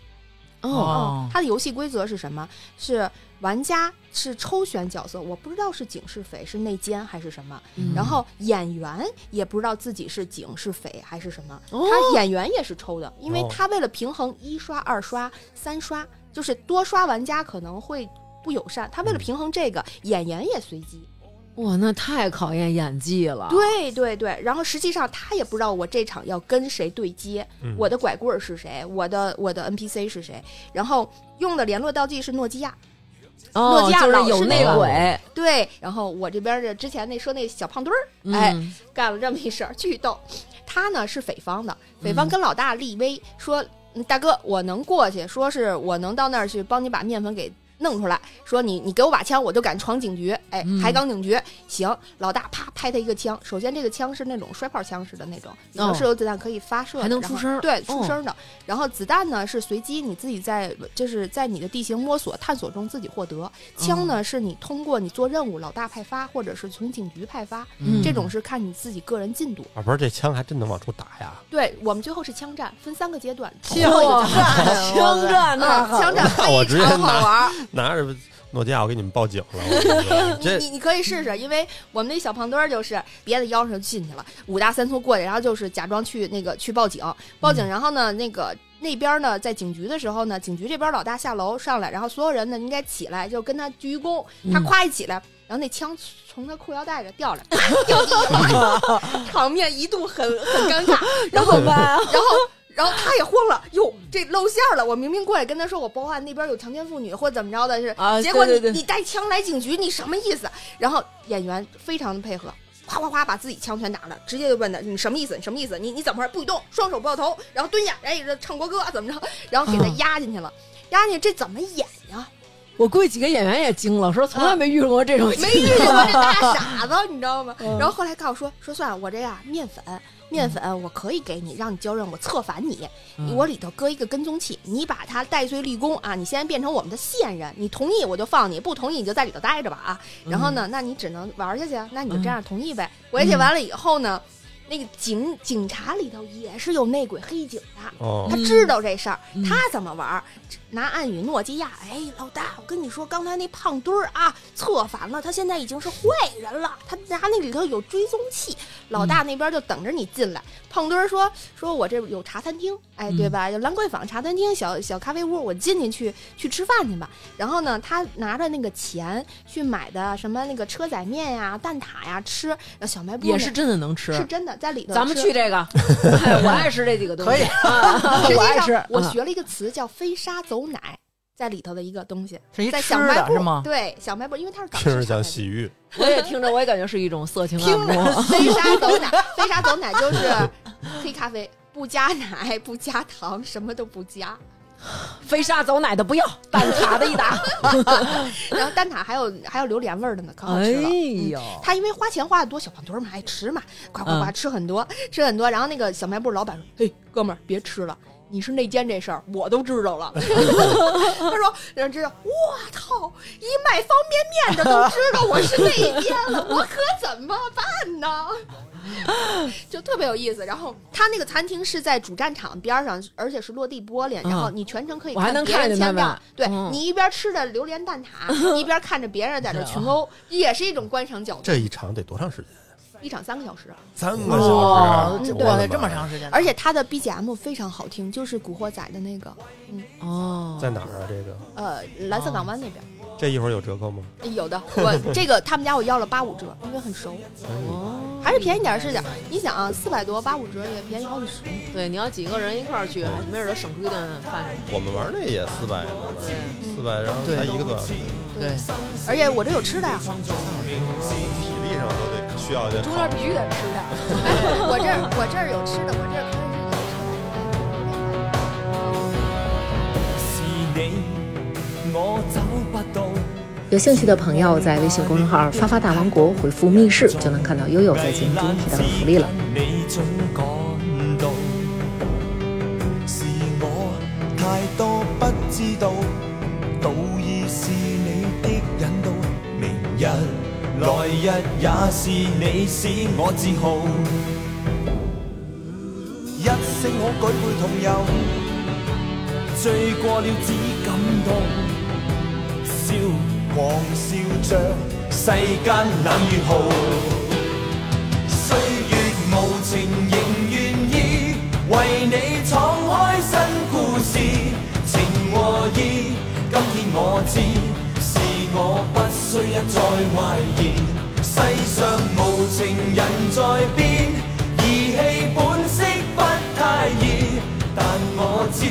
B: 哦，
A: 哦
D: 它的游戏规则是什么？是玩家是抽选角色，我不知道是警是匪，是内奸还是什么。
B: 嗯
D: 然后演员也不知道自己是警是匪还是什么，
B: 哦
D: 他演员也是抽的，因为
C: 哦
D: 他为了平衡一刷、二刷、三刷，就是多刷玩家可能会不友善，他为了平衡这个，演员也随机。
B: 哇，那太考验演技了。，
D: 对对对，然后实际上他也不知道我这场要跟谁对接，
C: 嗯
D: 我的拐棍儿是谁，我的我的 NPC 是谁，然后用的联络道具是诺基亚。
B: 哦
D: 诺基，亚
B: 就是
D: 老
B: 有
D: 是
B: 内
D: 那
C: 个
B: 鬼，
D: 对，然后我这边儿的之前那说那小胖墩儿哎
B: 嗯，
D: 干了这么一事儿，巨逗。他呢是匪方的，匪方
B: 嗯
D: 跟老大立威说：“嗯大哥，我能过去，说是我能到那儿去帮你把面粉给弄出来，说你你给我把枪，我就敢闯警局，哎
B: 嗯，
D: 海港警局。行，老大啪拍他一个枪，首先这个枪是那种摔炮枪似的那种，里头
B: 哦
D: 是有子弹可以发射的，
B: 还能
D: 然
B: 出
D: 后
B: 声儿
D: 对，
B: 哦
D: 出声儿的。然后子弹呢是随机你自己在就是在你的地形摸索探索中自己获
B: 哦
D: 得，枪呢是你通过你做任务，老大派发或者是从警局派发，
B: 嗯
D: 这种是看你自己个人进度。
C: 啊，不是这枪还真能往出打呀！
D: 对我们最后是枪战，分三个阶段。
A: 枪 战，
B: 枪战
D: 啊，枪战
C: 那我直
D: 非
C: 接
D: 常好
C: 拿
D: 玩儿，
C: 拿着诺基亚，我给你们报警了。我跟你 说
D: 你
C: 这
D: 你你可以试试，因为我们那小胖墩儿就是别的腰上就进去了，五大三粗过去，然后就是假装去那个去报警，报
B: 嗯
D: 警，然后呢那个。那边呢，在警局的时候呢，警局这边老大下楼上来，然后所有人呢应该起来，就跟他鞠一躬。他
B: 嗯
D: 夸一起来，然后那枪从他裤腰带上掉了， 啪掉地上了，场面一度很很尴尬。然后
B: 吧，
D: 然后然后他也慌了，哟，这露馅儿了！我明明过来跟他说我报案，那边有强奸妇女或怎么着的是，
F: 啊
D: 结果你
F: 对对对
D: 你带枪来警局，你什么意思？然后演员非常的配合，哗哗哗把自己枪全打了，直接就问他你什么意思？你什么意思？你你怎么回事？不许动，双手抱头，然后蹲下，哎，这唱国歌怎么着？然后给他压进去了， 压进去这怎么演呀？
B: 我估计几个演员也惊了，说从来没遇上过这种情
D: 嗯没
B: 况，
D: 遇见过这大傻子，你知道吗？然后后来告诉我说说算了，我这呀面粉面粉我可以给你，让你交任务策反你，
B: 嗯
D: 我里头搁一个跟踪器，你把它戴罪立功啊，你现在变成我们的线人，你同意我就放你，不同意你就在里头待着吧啊。然后呢，那你只能玩下去啊，那你就这样同意呗。我也去完了以后呢，那个警警察里头也是有内鬼黑警的，
C: 哦
D: 他知道这事儿，
B: 嗯
D: 他怎么玩儿？拿暗语诺基亚，哎，老大，我跟你说，刚才那胖墩儿啊，策反了，他现在已经是坏人了，他拿那里头有追踪器，老
B: 嗯
D: 大那边就等着你进来。胖墩儿说：“说我这有茶餐厅，哎，
B: 嗯
D: 对吧？有兰桂坊茶餐厅，小小咖啡屋，我进去去去吃饭去吧。”然后呢，他拿着那个钱去买的什么那个车仔面呀、蛋挞呀吃，然后小卖部
B: 也
D: 那
B: 是真的能吃。
D: 是真的在里头吃。
B: 咱们去这 个，哎我爱吃这几个东西。
F: 可以
B: 啊
D: 实
F: 我爱
D: 际
F: 吃
D: 上，我
F: 嗯
D: 学了一个词叫“飞沙走奶”，在里头的一个东西，
A: 是一
D: 在
A: 吃
D: 小卖
A: 的
D: 部
A: 是吗？
D: 对，小卖部，因为它是港
C: 听
D: 式
C: 着
D: 小卖
C: 像
D: 部
C: 洗浴，
B: 我也听着，我也感觉是一种色情按
D: 听
B: 摩
D: 着，。飞沙走奶，飞沙走奶就是黑咖啡，不加奶，不加糖，什么都不加。
B: 飞沙走奶的不要，蛋挞的一打。
D: 然后蛋挞还有还有榴莲味儿的呢， 可好
B: 哎
D: 吃了。嗯
B: 呦，
D: 他因为花钱花的多，小胖墩儿嘛爱吃嘛，呱呱呱吃很多，吃很多。然后那个小卖部老板说：“嘿，哎哥们儿，别吃了。”你是内奸这事儿，我都知道了。 他说：“人知道，我操，一卖方便面的都知道我是内奸了，我可怎么办呢？” 就特别有意思。然后他那个餐厅是在主战场边上，而且是落地玻璃，然后你全程可以
B: 嗯我还能
D: 别人
B: 看见他
D: 枪
B: 们
D: 战。对
B: 嗯
D: 你一边吃着榴莲 蛋挞，一边看着别人在这群殴，也是一种观赏角度。
C: 这一场得多长时间？
D: 一场三个小时，啊
C: 三个
A: 哇
C: 小，时，啊
A: 这
C: 我
A: 哇
C: 的
A: 哦塞，这么
C: 妈呀
A: 长时间呢，
D: 而且它的 BGM 非常好听，就是《古惑仔》的那个，
B: 哦，
C: 在哪儿啊？这个
D: 呃，蓝色港湾那边、
C: 这一会儿有折扣吗？
D: 有的。我这个他们家我要了八五折，因为很熟，
B: 哦
D: 还是便宜点儿是点儿。你想啊，四百多八五折也便宜好几十。
B: 对，你要几个人一块儿去，还没准儿省出一顿饭。
C: 我们玩那也四百呢，四百，然后才一个多小时，体
A: 对，
D: 而且我这有吃的呀，
C: 力上都得需要一点
D: 中间必须得吃的。 哎我这儿我这儿有吃的，我这儿可以有吃的。
E: 是你，我走不到。
G: 有兴趣的朋友在微信公众号“发发大王国”回复“密室”，就能看到悠悠在节目中提到的福利了。
E: 你总講到，是我太多不知道，道義是你的引導，明日來日也是你使我自豪，一聲好舉杯同遊，醉過了只感動，笑狂笑着，世間冷月豪。歲月無情仍願意，為你敞開新故事。情和義，今天我知，是我不需一再懷疑。世上無情人在變，義氣本色不太易。但我知，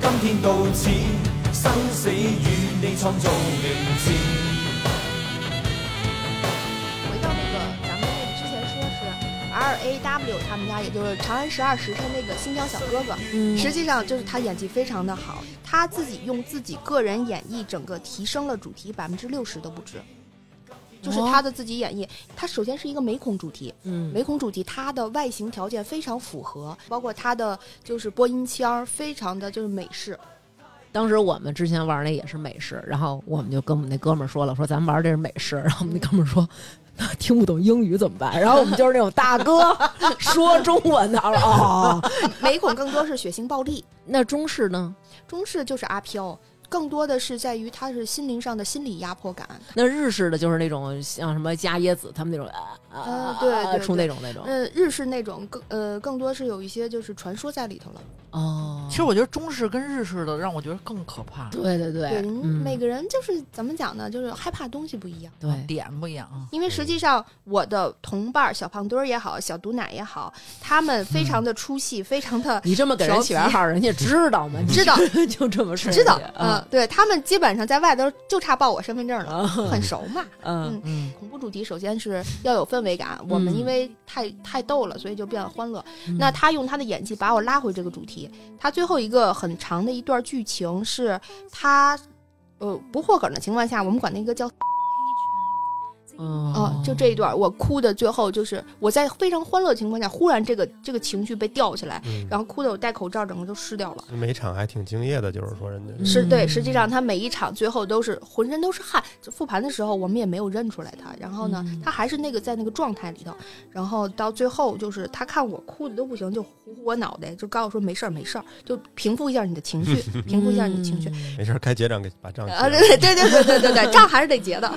E: 今天到此，生死與你創造名字。
D: 回到那个咱们之前说是 L A W 他们家，也就是《长安十二时辰》那个新疆小哥哥，实际上就是他演技非常的好，他自己用自己个人演绎整个提升了主题百分之六十都不止。就是他的自己演绎，他首先是一个美恐主题，
B: 嗯，
D: 美恐主题它的外形条件非常符合，包括它的就是播音腔儿非常的就是美式，
B: 当时我们之前玩那也是美式，然后我们就跟我们那哥们儿说了，说咱们玩这是美式， 然后我们那哥们儿说。那听不懂英语怎么 办？然后我们就是那种大哥 说中文的 哦。
D: 美恐更多是血腥暴力，
B: 那中式呢？
D: 中式就是阿飘，更多的是在于它是心灵上的心理压迫感。
B: 那日式的就是那种像什么加椰子他们那种啊啊
D: 呃
B: 啊
D: 对
B: 啊
D: 对
B: 出那种那种
D: 呃嗯，日式那种更呃更多是有一些就是传说在里头了，
B: 哦，
A: 实我觉得中式跟日式的让我觉得更可怕，
B: 对对对
D: 对，人
B: 嗯
D: 每个人就是怎么讲呢？就是害怕东西不一样。
B: 对
A: 点不一样啊。
D: 因为实际上，我的同伴儿小胖墩儿也好，小毒奶也好，他们非
B: 嗯
D: 常的出戏，非常的
B: 你这么给人起外号，人家知道 吗？你
D: 知道
B: 就这么说，
D: 知道，嗯
B: 啊，
D: 对他们基本上在外头就差报我身份证
B: 哦
D: 了，很熟嘛。
B: 嗯
D: 嗯
A: 嗯，
D: 恐怖主题首先是要有氛围感，我们因为太太逗了，所以就比较欢乐。那他用他的演技把我拉回这个主题。他最后一个很长的一段剧情是他，呃，不破梗的情况下，我们管那个叫哦，就这一段，我哭的最后就是我在非常欢乐的情况下，忽然这个这个情绪被吊起来，
C: 嗯
D: 然后哭的我戴口罩，整个都湿掉了。
C: 每场还挺敬业的，就是说人家
D: 是对，实际上他每一场最后都是浑身都是汗。就复盘的时候，我们也没有认出来他。然后呢，他还是那个在那个状态里头。然后到最后，就是他看我哭的都不行，就呼呼我脑袋，就告诉我说没事儿，没事儿，就平复一下你的情绪，平复一下你的情
B: 嗯
D: 绪。
C: 没事儿该结账给把账结
D: 啊，
C: 了。
D: 对对对对对 对对，账还是得结的。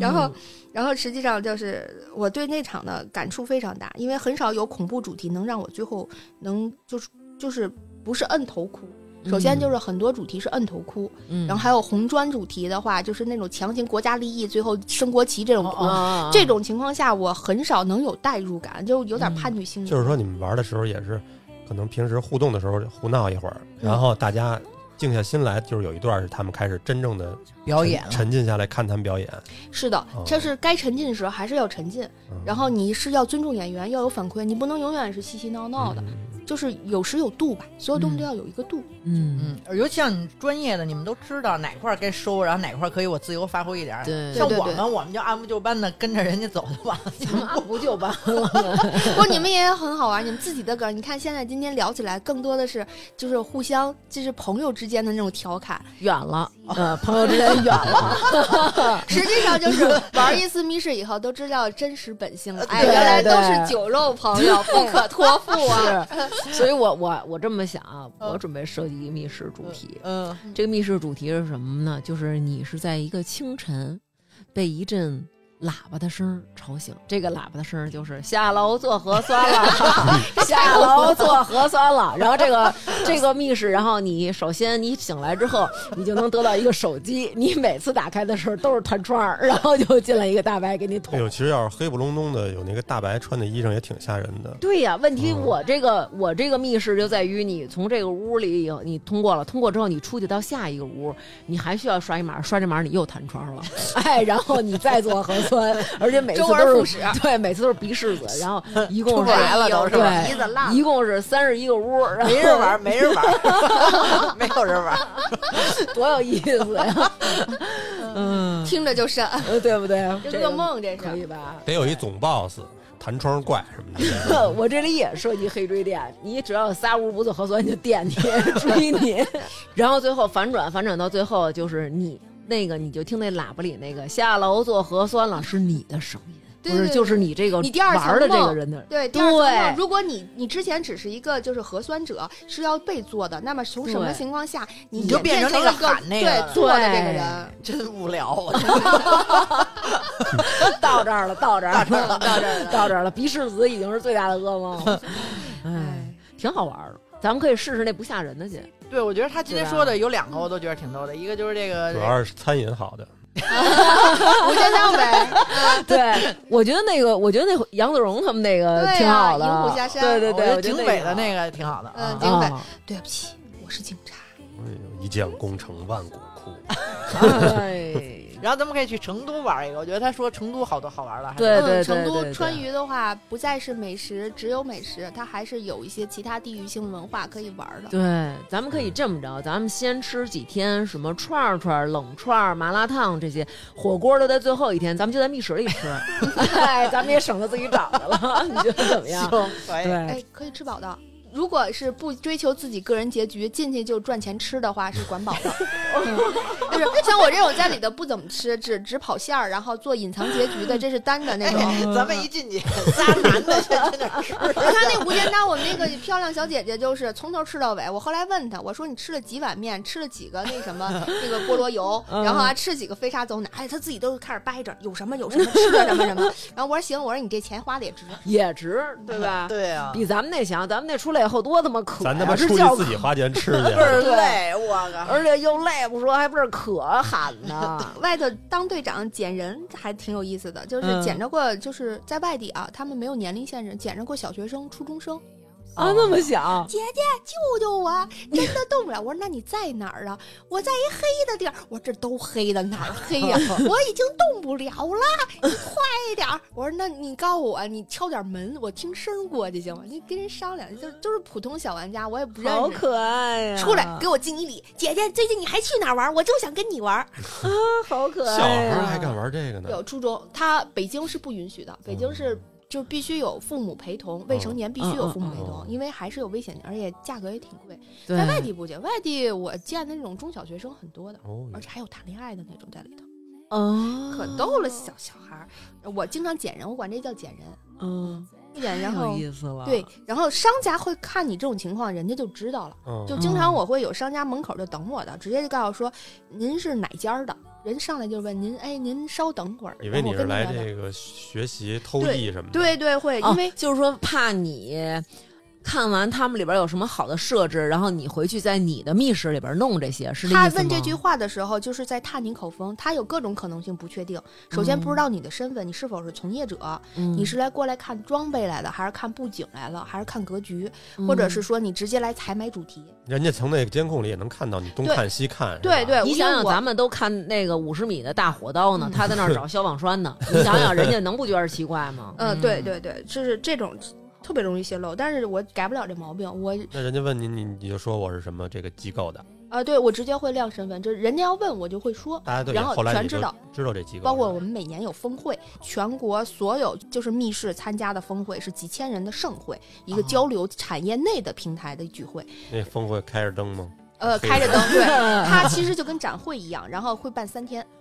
D: 然
C: 嗯
D: 后，然后实际上就是我对那场的感触非常大，因为很少有恐怖主题能让我最后能就是就是不是摁头哭。首先
C: 嗯
D: 就是很多主题是摁头哭，
B: 嗯
D: 然后还有红砖主题的话，就是那种强行国家利益，最后升国旗这
C: 哦
D: 种哭。
B: 啊
D: 这种情况下，我很少能有代入感，就有点叛逆心理。
C: 嗯就是说你们玩的时候也是，可能平时互动的时候胡闹一会儿，然后大家静下心来，就是有一段是他们开始真正的
A: 表演了
C: 沉浸下来看他们表演。
D: 是的
C: 哦，
D: 这是该沉浸的时候还是要沉浸，
C: 嗯
D: 然后你是要尊重演员，要有反馈，你不能永远是嬉嬉闹闹的。
C: 嗯
D: 就是有时有度吧，所有东西都要有一个度。
B: 嗯，
A: 嗯，尤其像你专业的，你们都知道哪块儿该收，然后哪块儿可以我自由发挥一点儿。
B: 对
A: 像
D: 对对
A: 我们，我们就按部就班的跟着人家走就完了。
B: 咱们按部就班，
D: 不过你们也很好玩，你们自己的梗，你看现在今天聊起来，更多的是就是互相，就是朋友之间的那种调侃。
B: 远了，呃，朋友之间远了，啊
D: 实际上就是玩一次密室以后，都知道真实本性了。哎，
B: 对
D: 原来都
B: 对
D: 是酒肉朋友，不可托付啊。
B: 是，所以我我我这么想啊，我准备设计一个密室主题，
A: 嗯，
B: 这个密室主题是什么呢？就是你是在一个清晨，被一阵喇叭的声儿吵醒。这个喇叭的声儿就是下楼做核酸了，下楼做核酸了。然后这个这个密室，然后你首先你醒来之后，你就能得到一个手机，你每次打开的时候都是弹窗儿，然后就进来一个大白给你
C: 哎
B: 捅
C: 呦，。其实要是黑不隆咚的，有那个大白穿的衣裳也挺吓人的。
B: 对呀，问题
C: 嗯
B: 我这个、我这个密室就在于你从这个屋里以后你通过了，通过之后你出去到下一个屋，你还需要刷一码，刷这码你又弹窗 了，哎，然后你再做核酸，而且每次
D: 周而
B: 都
D: 复
B: 是
D: 始
B: 对，每次都是鼻拭子， 然后一共是
A: 啊出不来了都是吧
B: 对
D: 鼻子烂
B: 一
D: 了。
B: 共是三十一个屋，然后
A: 没人玩儿，没人玩 儿，没有人玩儿。
B: 多有意思 呀，嗯，
D: 听着就是
B: 呃对不对？
D: 这
B: 这个
D: 噩梦，这
B: 可
D: 是
B: 以吧？
C: 得有一总 boss，弹窗怪什么 的。
B: 我这里也涉及黑追电，你只要有仨屋不做核酸就电你 追你， 然后最后反转反转到最后就是你那个你就听那喇叭里那个下楼做核酸了是你的声音，
D: 对
B: 不
D: 对
B: 是
D: 对
B: 就是你这个
D: 你第二层
B: 玩儿的这个
D: 梦
B: 人的
D: 对，第二层梦如果你你之前只是一个就是核酸者，是要被做的，那么从什么
B: 对
D: 情况下你
A: 你就
D: 也
A: 变
D: 变
A: 成
D: 成
A: 那
D: 了
A: 个
D: 一个
A: 喊那个
D: 对做的这个
B: 对
D: 人？
A: 真无聊，我
B: 到这儿了，到这 儿了，
D: 到这儿了
B: 到这儿了，鼻世子已经是最大的噩梦了， 哎，挺好玩儿的，咱们可以试试那不吓人的去。
A: 对，啊我觉得他今天说的有两个，我都觉得挺逗的。一个就是这
C: 主
A: 个，
C: 要是餐饮好的，
D: 我先 上呗。
B: 对，我觉得那个，我觉得那杨子荣他们那个
D: 对
B: 挺
D: 啊
B: 好的，
D: 银虎下山
B: 对对
A: 我
B: 对，
A: 觉得
B: 我觉
A: 警
B: 得
A: 匪的
B: 个
A: 那个挺好的啊。
D: 嗯警匪
B: 啊
D: 对不起，我是警察。
C: 哎呦一将功成万骨枯。
B: 哎，
A: 然后咱们可以去成都玩一个，我觉得他说成都好多好玩的。还
B: 对
D: 嗯，
B: 对对
D: 成都
B: 对
D: 川
B: 对
D: 渝的话，不再是美食，只有美食，它还是有一些其他地域性文化可以玩儿的。
B: 对，咱们可以这么着，咱们先吃几天什么串儿串儿、冷串儿、麻辣烫这些，火锅都在最后一天，咱们就在密室里吃，哎，咱们也省得自己找着了，你觉得怎么 样？
A: 行，可以。
B: 对，
D: 哎，可以吃饱的。如果是不追求自己个人结局，进去就赚钱吃的话，是管饱的。嗯就是像我这种在里头不怎么吃，只只跑馅儿，然后做 隐藏结局的，这是单的那种。
A: 哎咱们一进去，仨男的在那儿吃，
D: 他那无简单，我们那个漂亮小姐姐就是从头吃到尾。我后来问她，我说你吃了几碗面，吃了几个那什么那个菠萝油，然后啊吃几个飞沙走奶，哎，她自己都开始掰着，有什么有什么吃的什么什么。然后我说行，我说你这钱花的也值。
B: 也值，对吧？
F: 对啊，
B: 比咱们那强，咱们那出来以后多他妈渴呀，
C: 咱他妈
B: 是
C: 出去
B: 叫
C: 自己花钱吃
F: 倍儿
C: 去，啊
F: 累，我靠！
B: 而且又累不说，还倍儿渴喊呢。
D: 外头当队长捡人还挺有意思的，就是
B: 嗯
D: 捡着过，就是在外地啊，他们没有年龄限制，捡着过小学生、初中生。
B: 啊，那么小，
D: 姐姐救救我！真的动不了。我说那你在哪儿啊？我在一黑的地儿。我说这都黑的，哪儿黑 呀、我已经动不了了，你快点儿！我说那你告诉我，你敲点门，我听声儿过去行吗？你跟人商量，就就是普通小玩家，我也不 认
B: 好
D: 识。
B: 可啊爱呀！
D: 出来给我敬一礼，姐姐，最近你还去哪儿玩？我就想跟你玩儿。
B: 好可
C: 小
B: 爱
C: 孩
B: 呀！
C: 儿还敢玩这个呢？
D: 有初中，他北京是不允许的，北京是就必须有父母陪同，未成年必须有父母陪
C: 哦嗯嗯
D: 同，
C: 嗯
D: 因为还是有危险性，而且价格也挺贵。
B: 对
D: 在外地不行，外地我见的那种中小学生很多的，
C: 哦
D: 而且还有谈恋爱的那种在里头，
B: 哦
D: 可逗了小小孩儿。我经常捡人，我管这叫捡人，
B: 嗯，
D: 捡然
B: 太有
D: 后
B: 意思了。
D: 对，然后商家会看你这种情况，人家就知道了。
C: 嗯
D: 就经常我会有商家门口就等我的，直接就告诉说您是哪家儿的，人上来就问您，哎，您稍等会儿。
C: 以为
D: 然
C: 你
D: 后我
C: 是
D: 跟
C: 来
D: 聊聊
C: 这个学习偷艺什么的，
D: 对对会，
B: 哦，
D: 因为
B: 就是说怕你。看完他们里边有什么好的设置，然后你回去在你的密室里边弄这些，是这意思
D: 他
B: 吗？
D: 问这句话的时候，就是在探你口风，他有各种可能性不确定。首先不知道你的身份，你是否是从业者，
B: 嗯，
D: 你是来过来看装备来的，还是看布景来了，还是看格局，
B: 嗯
D: 或者是说你直接来采买主题？
C: 人家从那个监控里也能看到你东
D: 对
C: 看西看，是
D: 对
C: 吧
D: 对，
B: 你想想，咱
D: 们
B: 们都看那个五十米的大火刀
D: 嗯
B: 呢，他在那儿找消防栓呢。你想想，人家能不觉得奇怪吗？ 嗯
D: 呃，对对对，就是这种特别容易泄露，但是我改不了这毛病，我
C: 那人家问你，你你就说我是什么这个机构的，
D: 啊，对我直接会亮身份，就是人家要问我就会说，
C: 大家都
D: 然后
C: 后来
D: 全
C: 你就
D: 知道，
C: 知道这机构，
D: 包括我们每年有峰会，全国所有就是密室参加的峰会是几千人的盛会，一个交流产业内的平台的聚会，
C: 那峰会开着灯吗？
D: 呃，
C: 黑
D: 开着
C: 的
D: 灯，对，它其实就跟展会一样，然后会办三天。嗯
C: 哎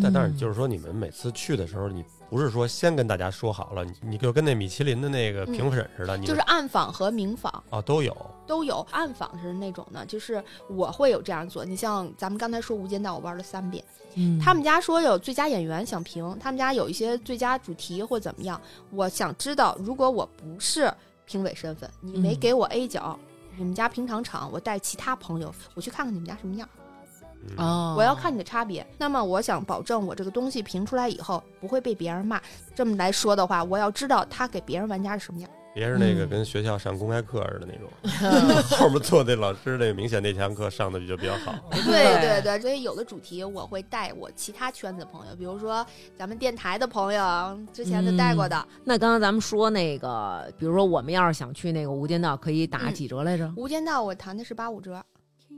C: 但但是就是说，你们每次去的时候，你不是说先跟大家说好了，你你就跟那米其林的那个评审似的，你
D: 嗯就是暗访和明访
C: 哦都有，
D: 都有。暗访是那种呢，就是我会有这样做。你像咱们刚才说《无间道》，我玩了三遍。
B: 嗯
D: 他们家说有最佳演员想评，他们家有一些最佳主题或怎么样。我想知道，如果我不是评委身份，你没
B: 嗯
D: 给我 A 角，你们家平常场，我带其他朋友，我去看看你们家什么样。
C: 嗯、
B: 哦，
D: 我要看你的差别。那么我想保证我这个东西评出来以后不会被别人骂。这么来说的话，我要知道他给别人玩家是什么样。
C: 别是那个
B: 嗯
C: 跟学校上公开课似的那种， 后面坐那老师那明显那堂课上的就比较好，
D: 对对对，所以有的主题我会带我其他圈子朋友，比如说咱们电台的朋友，之前就带过的。
B: 那刚刚咱们说那个，比如说我们要是想去那个《无间道》，可以打
D: 嗯
B: 几折来着？
D: 无间道》我谈的是八五折，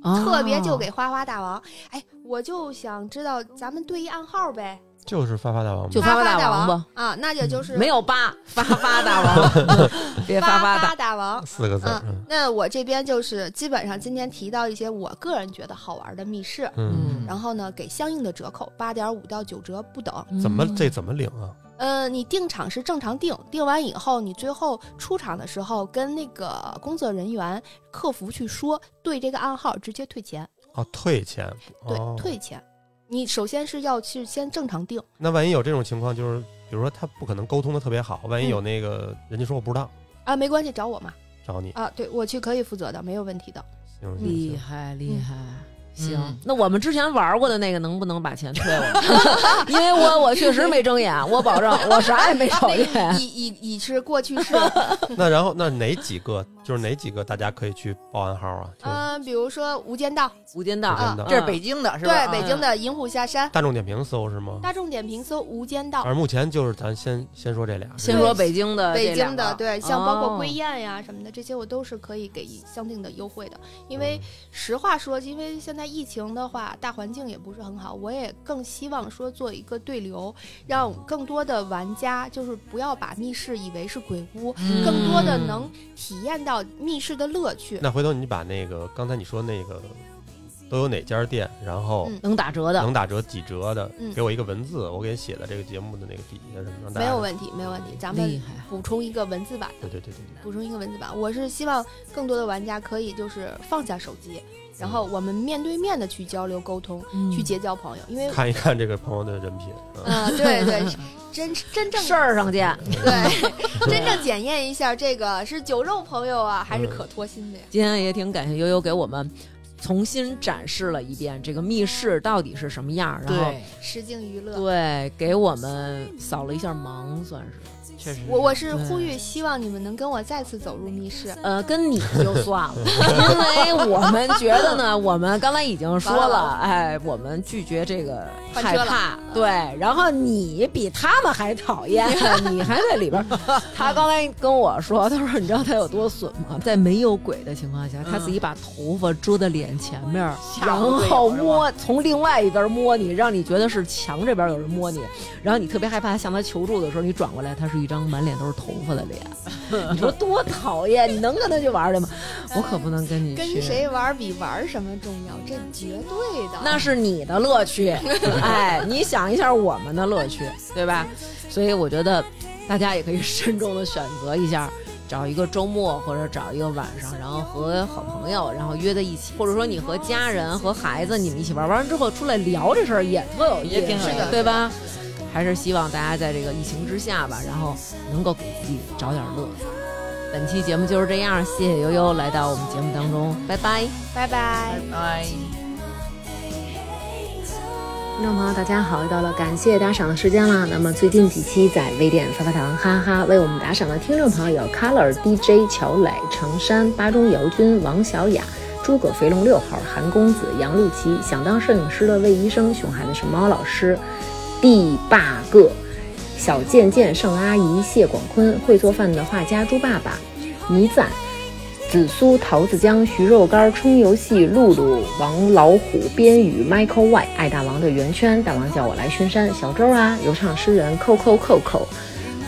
B: 哦
D: 特别就给花花大王。哎，我就想知道咱们对一暗号呗，
C: 就是发发大王
B: 就
D: 发
B: 发
D: 发
B: 发大
D: 王
B: 王吧嗯
D: 啊，那也就是
B: 没有八发发大 王，别
D: 发
B: 发发大
D: 发大王。
C: 四个字儿，
D: 嗯，那我这边就是基本上今天提到一些我个人觉得好玩的密室，
C: 嗯，
D: 然后呢，给相应的折扣，八点五到九折不等。
B: 嗯
C: 怎么这怎么领啊？
D: 呃，你定场是正常定，定完以后，你最后出场的时候跟那个工作人员、客服去说，对这个暗号直接退钱，
C: 哦，退钱，
D: 对，
C: 哦、
D: 退钱。你首先是要去先正常定，
C: 那万一有这种情况，就是比如说他不可能沟通的特别好，万一
D: 嗯
C: 有那个人家说我不知道，
D: 啊，没关系，找我嘛，
C: 找你，
D: 啊，对我去可以负责的，没有问题的。
C: 行行
B: 厉
C: 行，
B: 害厉害。行
A: 嗯，
B: 那我们之前玩过的那个能不能把钱退 我们？因为我我确实没睁眼，我保证我啥也没
D: 啊
B: 瞅见。
D: 已已已是过去式，
C: 那然后那哪几个就是哪几个大家可以去报暗号啊？就是
D: 嗯、比如说《无间道》，
B: 无间道
C: 无
D: 啊
C: 间道，
A: 这是北京的是吧？
D: 对，
B: 嗯
D: 北京的《银虎下山》，
C: 大众点评搜是吗？
D: 大众点评搜《无间道》，
C: 而目前就是咱先先说这俩，
B: 先说北京的嗯这
D: 北
B: 两
D: 京
B: 个，
D: 的，对，像包括
B: 哦
D: 归雁呀什么的，这些我都是可以给相应的优惠的。因为
B: 嗯
D: 实话说，因为现在疫情的话，大环境也不是很好，我也更希望说做一个对流，让更多的玩家就是不要把密室以为是鬼屋，
A: 嗯
D: 更多的能体验到密室的乐趣。
C: 那回头你把那个刚才你说那个都有哪家店，然后
D: 嗯
B: 能打折的，
C: 能打折几折的，
D: 嗯
C: 给我一个文字，我给写在这个节目的那个底下什么，让大
D: 没
C: 家
D: 有问题，没有问题。咱们
B: 厉害，
D: 补充一个文字版的
C: 对。对对对对，
D: 补充一个文字吧，我是希望更多的玩家可以就是放下手机，然后
B: 嗯
D: 我们面对面的去交流沟通，去结交朋友，因为
C: 看一看这个朋友的人品，嗯，
D: 嗯、对对，是真真正
B: 事儿上见。
D: 对，真正检验一下这个是酒肉朋友啊，还是可托心的呀？
B: 今天也挺感谢悠悠给我们重新展示了一遍这个密室到底是什么样儿，然后
A: 对，
D: 实境娱乐，
B: 对给我们扫了一下盲，算是
A: 确实是
D: 我我是呼吁，希望你们能跟我再次走入密室。
B: 呃，跟你就算了， 因为我们觉得呢，我们刚才已经说了
D: 完了，
B: 哎，我们拒绝这个
D: 换
B: 害
D: 车了
B: 怕，对。然后你比他们还讨 厌，你还在里边儿。他刚才跟我说，他说你知道他有多损吗？在没有鬼的情况下，他自
D: 嗯
B: 己把头发遮在脸前面儿，然后摸从另外一边摸你，让你觉得是墙这边有人摸你，然后你特别害怕，向他求助的时候，你转过来，他是一张满脸都是头发的脸。你说多讨厌！你能跟他去玩儿去吗？我可不能跟你去。
D: 跟谁玩比玩什么重要，这绝对的。
B: 那是你的乐 趣，哎，你想一下我们的乐趣，对吧？所以我觉得大家也可以慎重的选择一下，找一个周末或者找一个晚上，然后和好朋友，然后约在一起，或者说你和家人、和孩子你们一起玩，玩完之后出来聊这事儿也特有意
A: 也挺有
B: 思
A: 意
D: 思，
B: 对吧？还是希望大家在这个疫情之下吧，然后能够给自己找点乐。本期节目就是这样，谢谢悠悠来到我们节目当中，拜拜。
D: 拜拜
A: 拜。拜。
G: 听众朋友，大家好，又到了感谢打赏的时间了。那么最近几期在微店发发大王哈哈为我们打赏的听众朋友有 Color DJ 乔磊、程山、巴中姚军、王小雅、诸葛肥龙六号、韩公子、杨露琪、想当摄影师的魏医生、熊孩子是猫老师、地霸个、小贱贱、盛阿姨、谢广坤、会做饭的画家猪爸爸、倪赞、紫苏、桃子姜、徐肉干、冲游戏、露露、王老虎、边宇、Michael Y、爱大王的圆圈、大王叫我来巡山、小周啊、游唱诗人扣扣扣扣、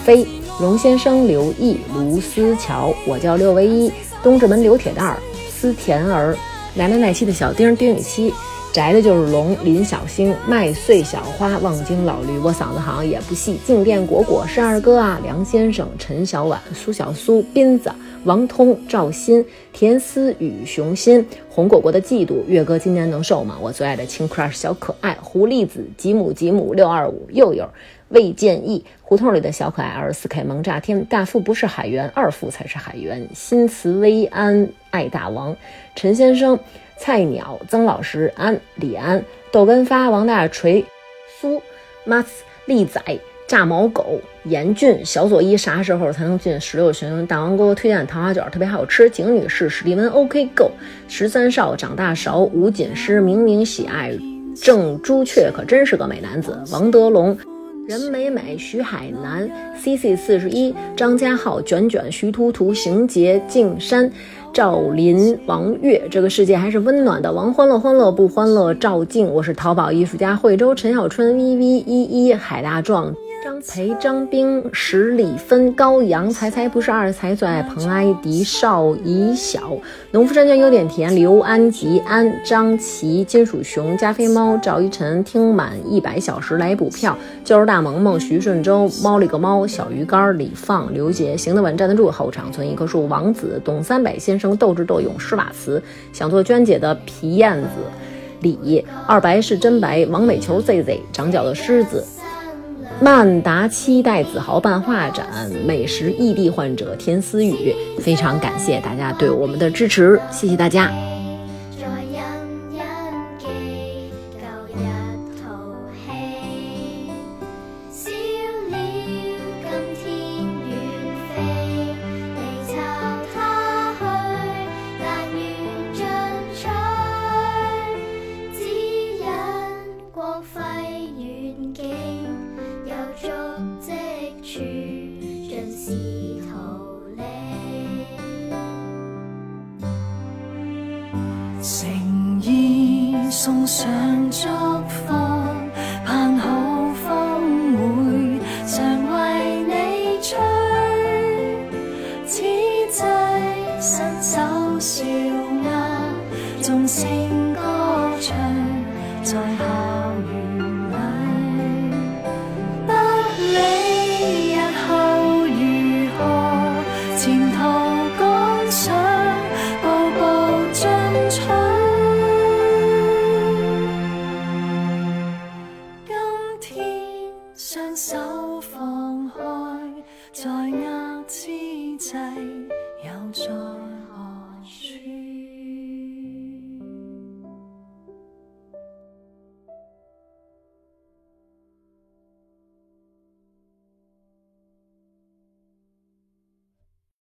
G: 飞、荣先生、刘毅、卢思乔，我叫六唯一、东直门刘铁蛋儿、思甜儿、奶奶奶气的小丁、丁禹兮。宅的就是龙林小星麦穗小花望京老驴，我嗓子好像也不细。静电果果是二哥啊，梁先生陈小婉苏小苏斌子王通赵鑫田思雨熊心红果果的嫉妒月哥今年能瘦吗？我最爱的青 crush 小可爱狐狸子吉姆吉姆六二五佑佑魏建义胡同里的小可爱二十四 K 萌炸天大富不是海员二富才是海员新慈薇安爱大王陈先生。菜鸟、曾老师、安、李安、豆根发、王大锤、苏、m a s 利仔、炸毛狗、严俊、小左一，啥时候才能进十六巡？大王给我推荐的糖花卷特别好吃。景女士、史蒂文、OK Go、十三少、长大勺、吴锦诗、明明喜爱、郑朱雀，可真是个美男子。王德龙。任美美、徐海兰、C C 四十一、张家浩、卷卷、徐图图、邢杰、静山、赵林、王月，这个世界还是温暖的。王欢乐，欢乐不欢乐？赵静，我是淘宝艺术家惠州陈小春、V V 一一、海大壮。张培、张冰、十里芬、高阳、才才不是二才最爱彭艾迪、邵怡晓、农夫山泉有点甜、刘安吉、安张琪、金属熊、加菲猫、赵一晨，听满一百小时来补票，就是大萌萌、徐顺周、猫里个猫、小鱼干、李放、刘杰、行得稳站得住、后场村一棵树、王子、董三百先生、斗智斗勇、施瓦茨、想做娟姐的皮燕子、李二白是真白、王美球 Z Z、长脚的狮子、曼达期待子豪办画展，美食异地患者田思雨，非常感谢大家对我们的支持，谢谢大家。
H: 在欣欣記舊日淘氣，少了今天遠飛，你插他去，但願進取，只因光輝遠景，有足跡處，盡是逃離。
E: 誠意送上祝福，盼好風會常為你吹。此際啊伸手笑罵，眾聲歌唱，
H: 世。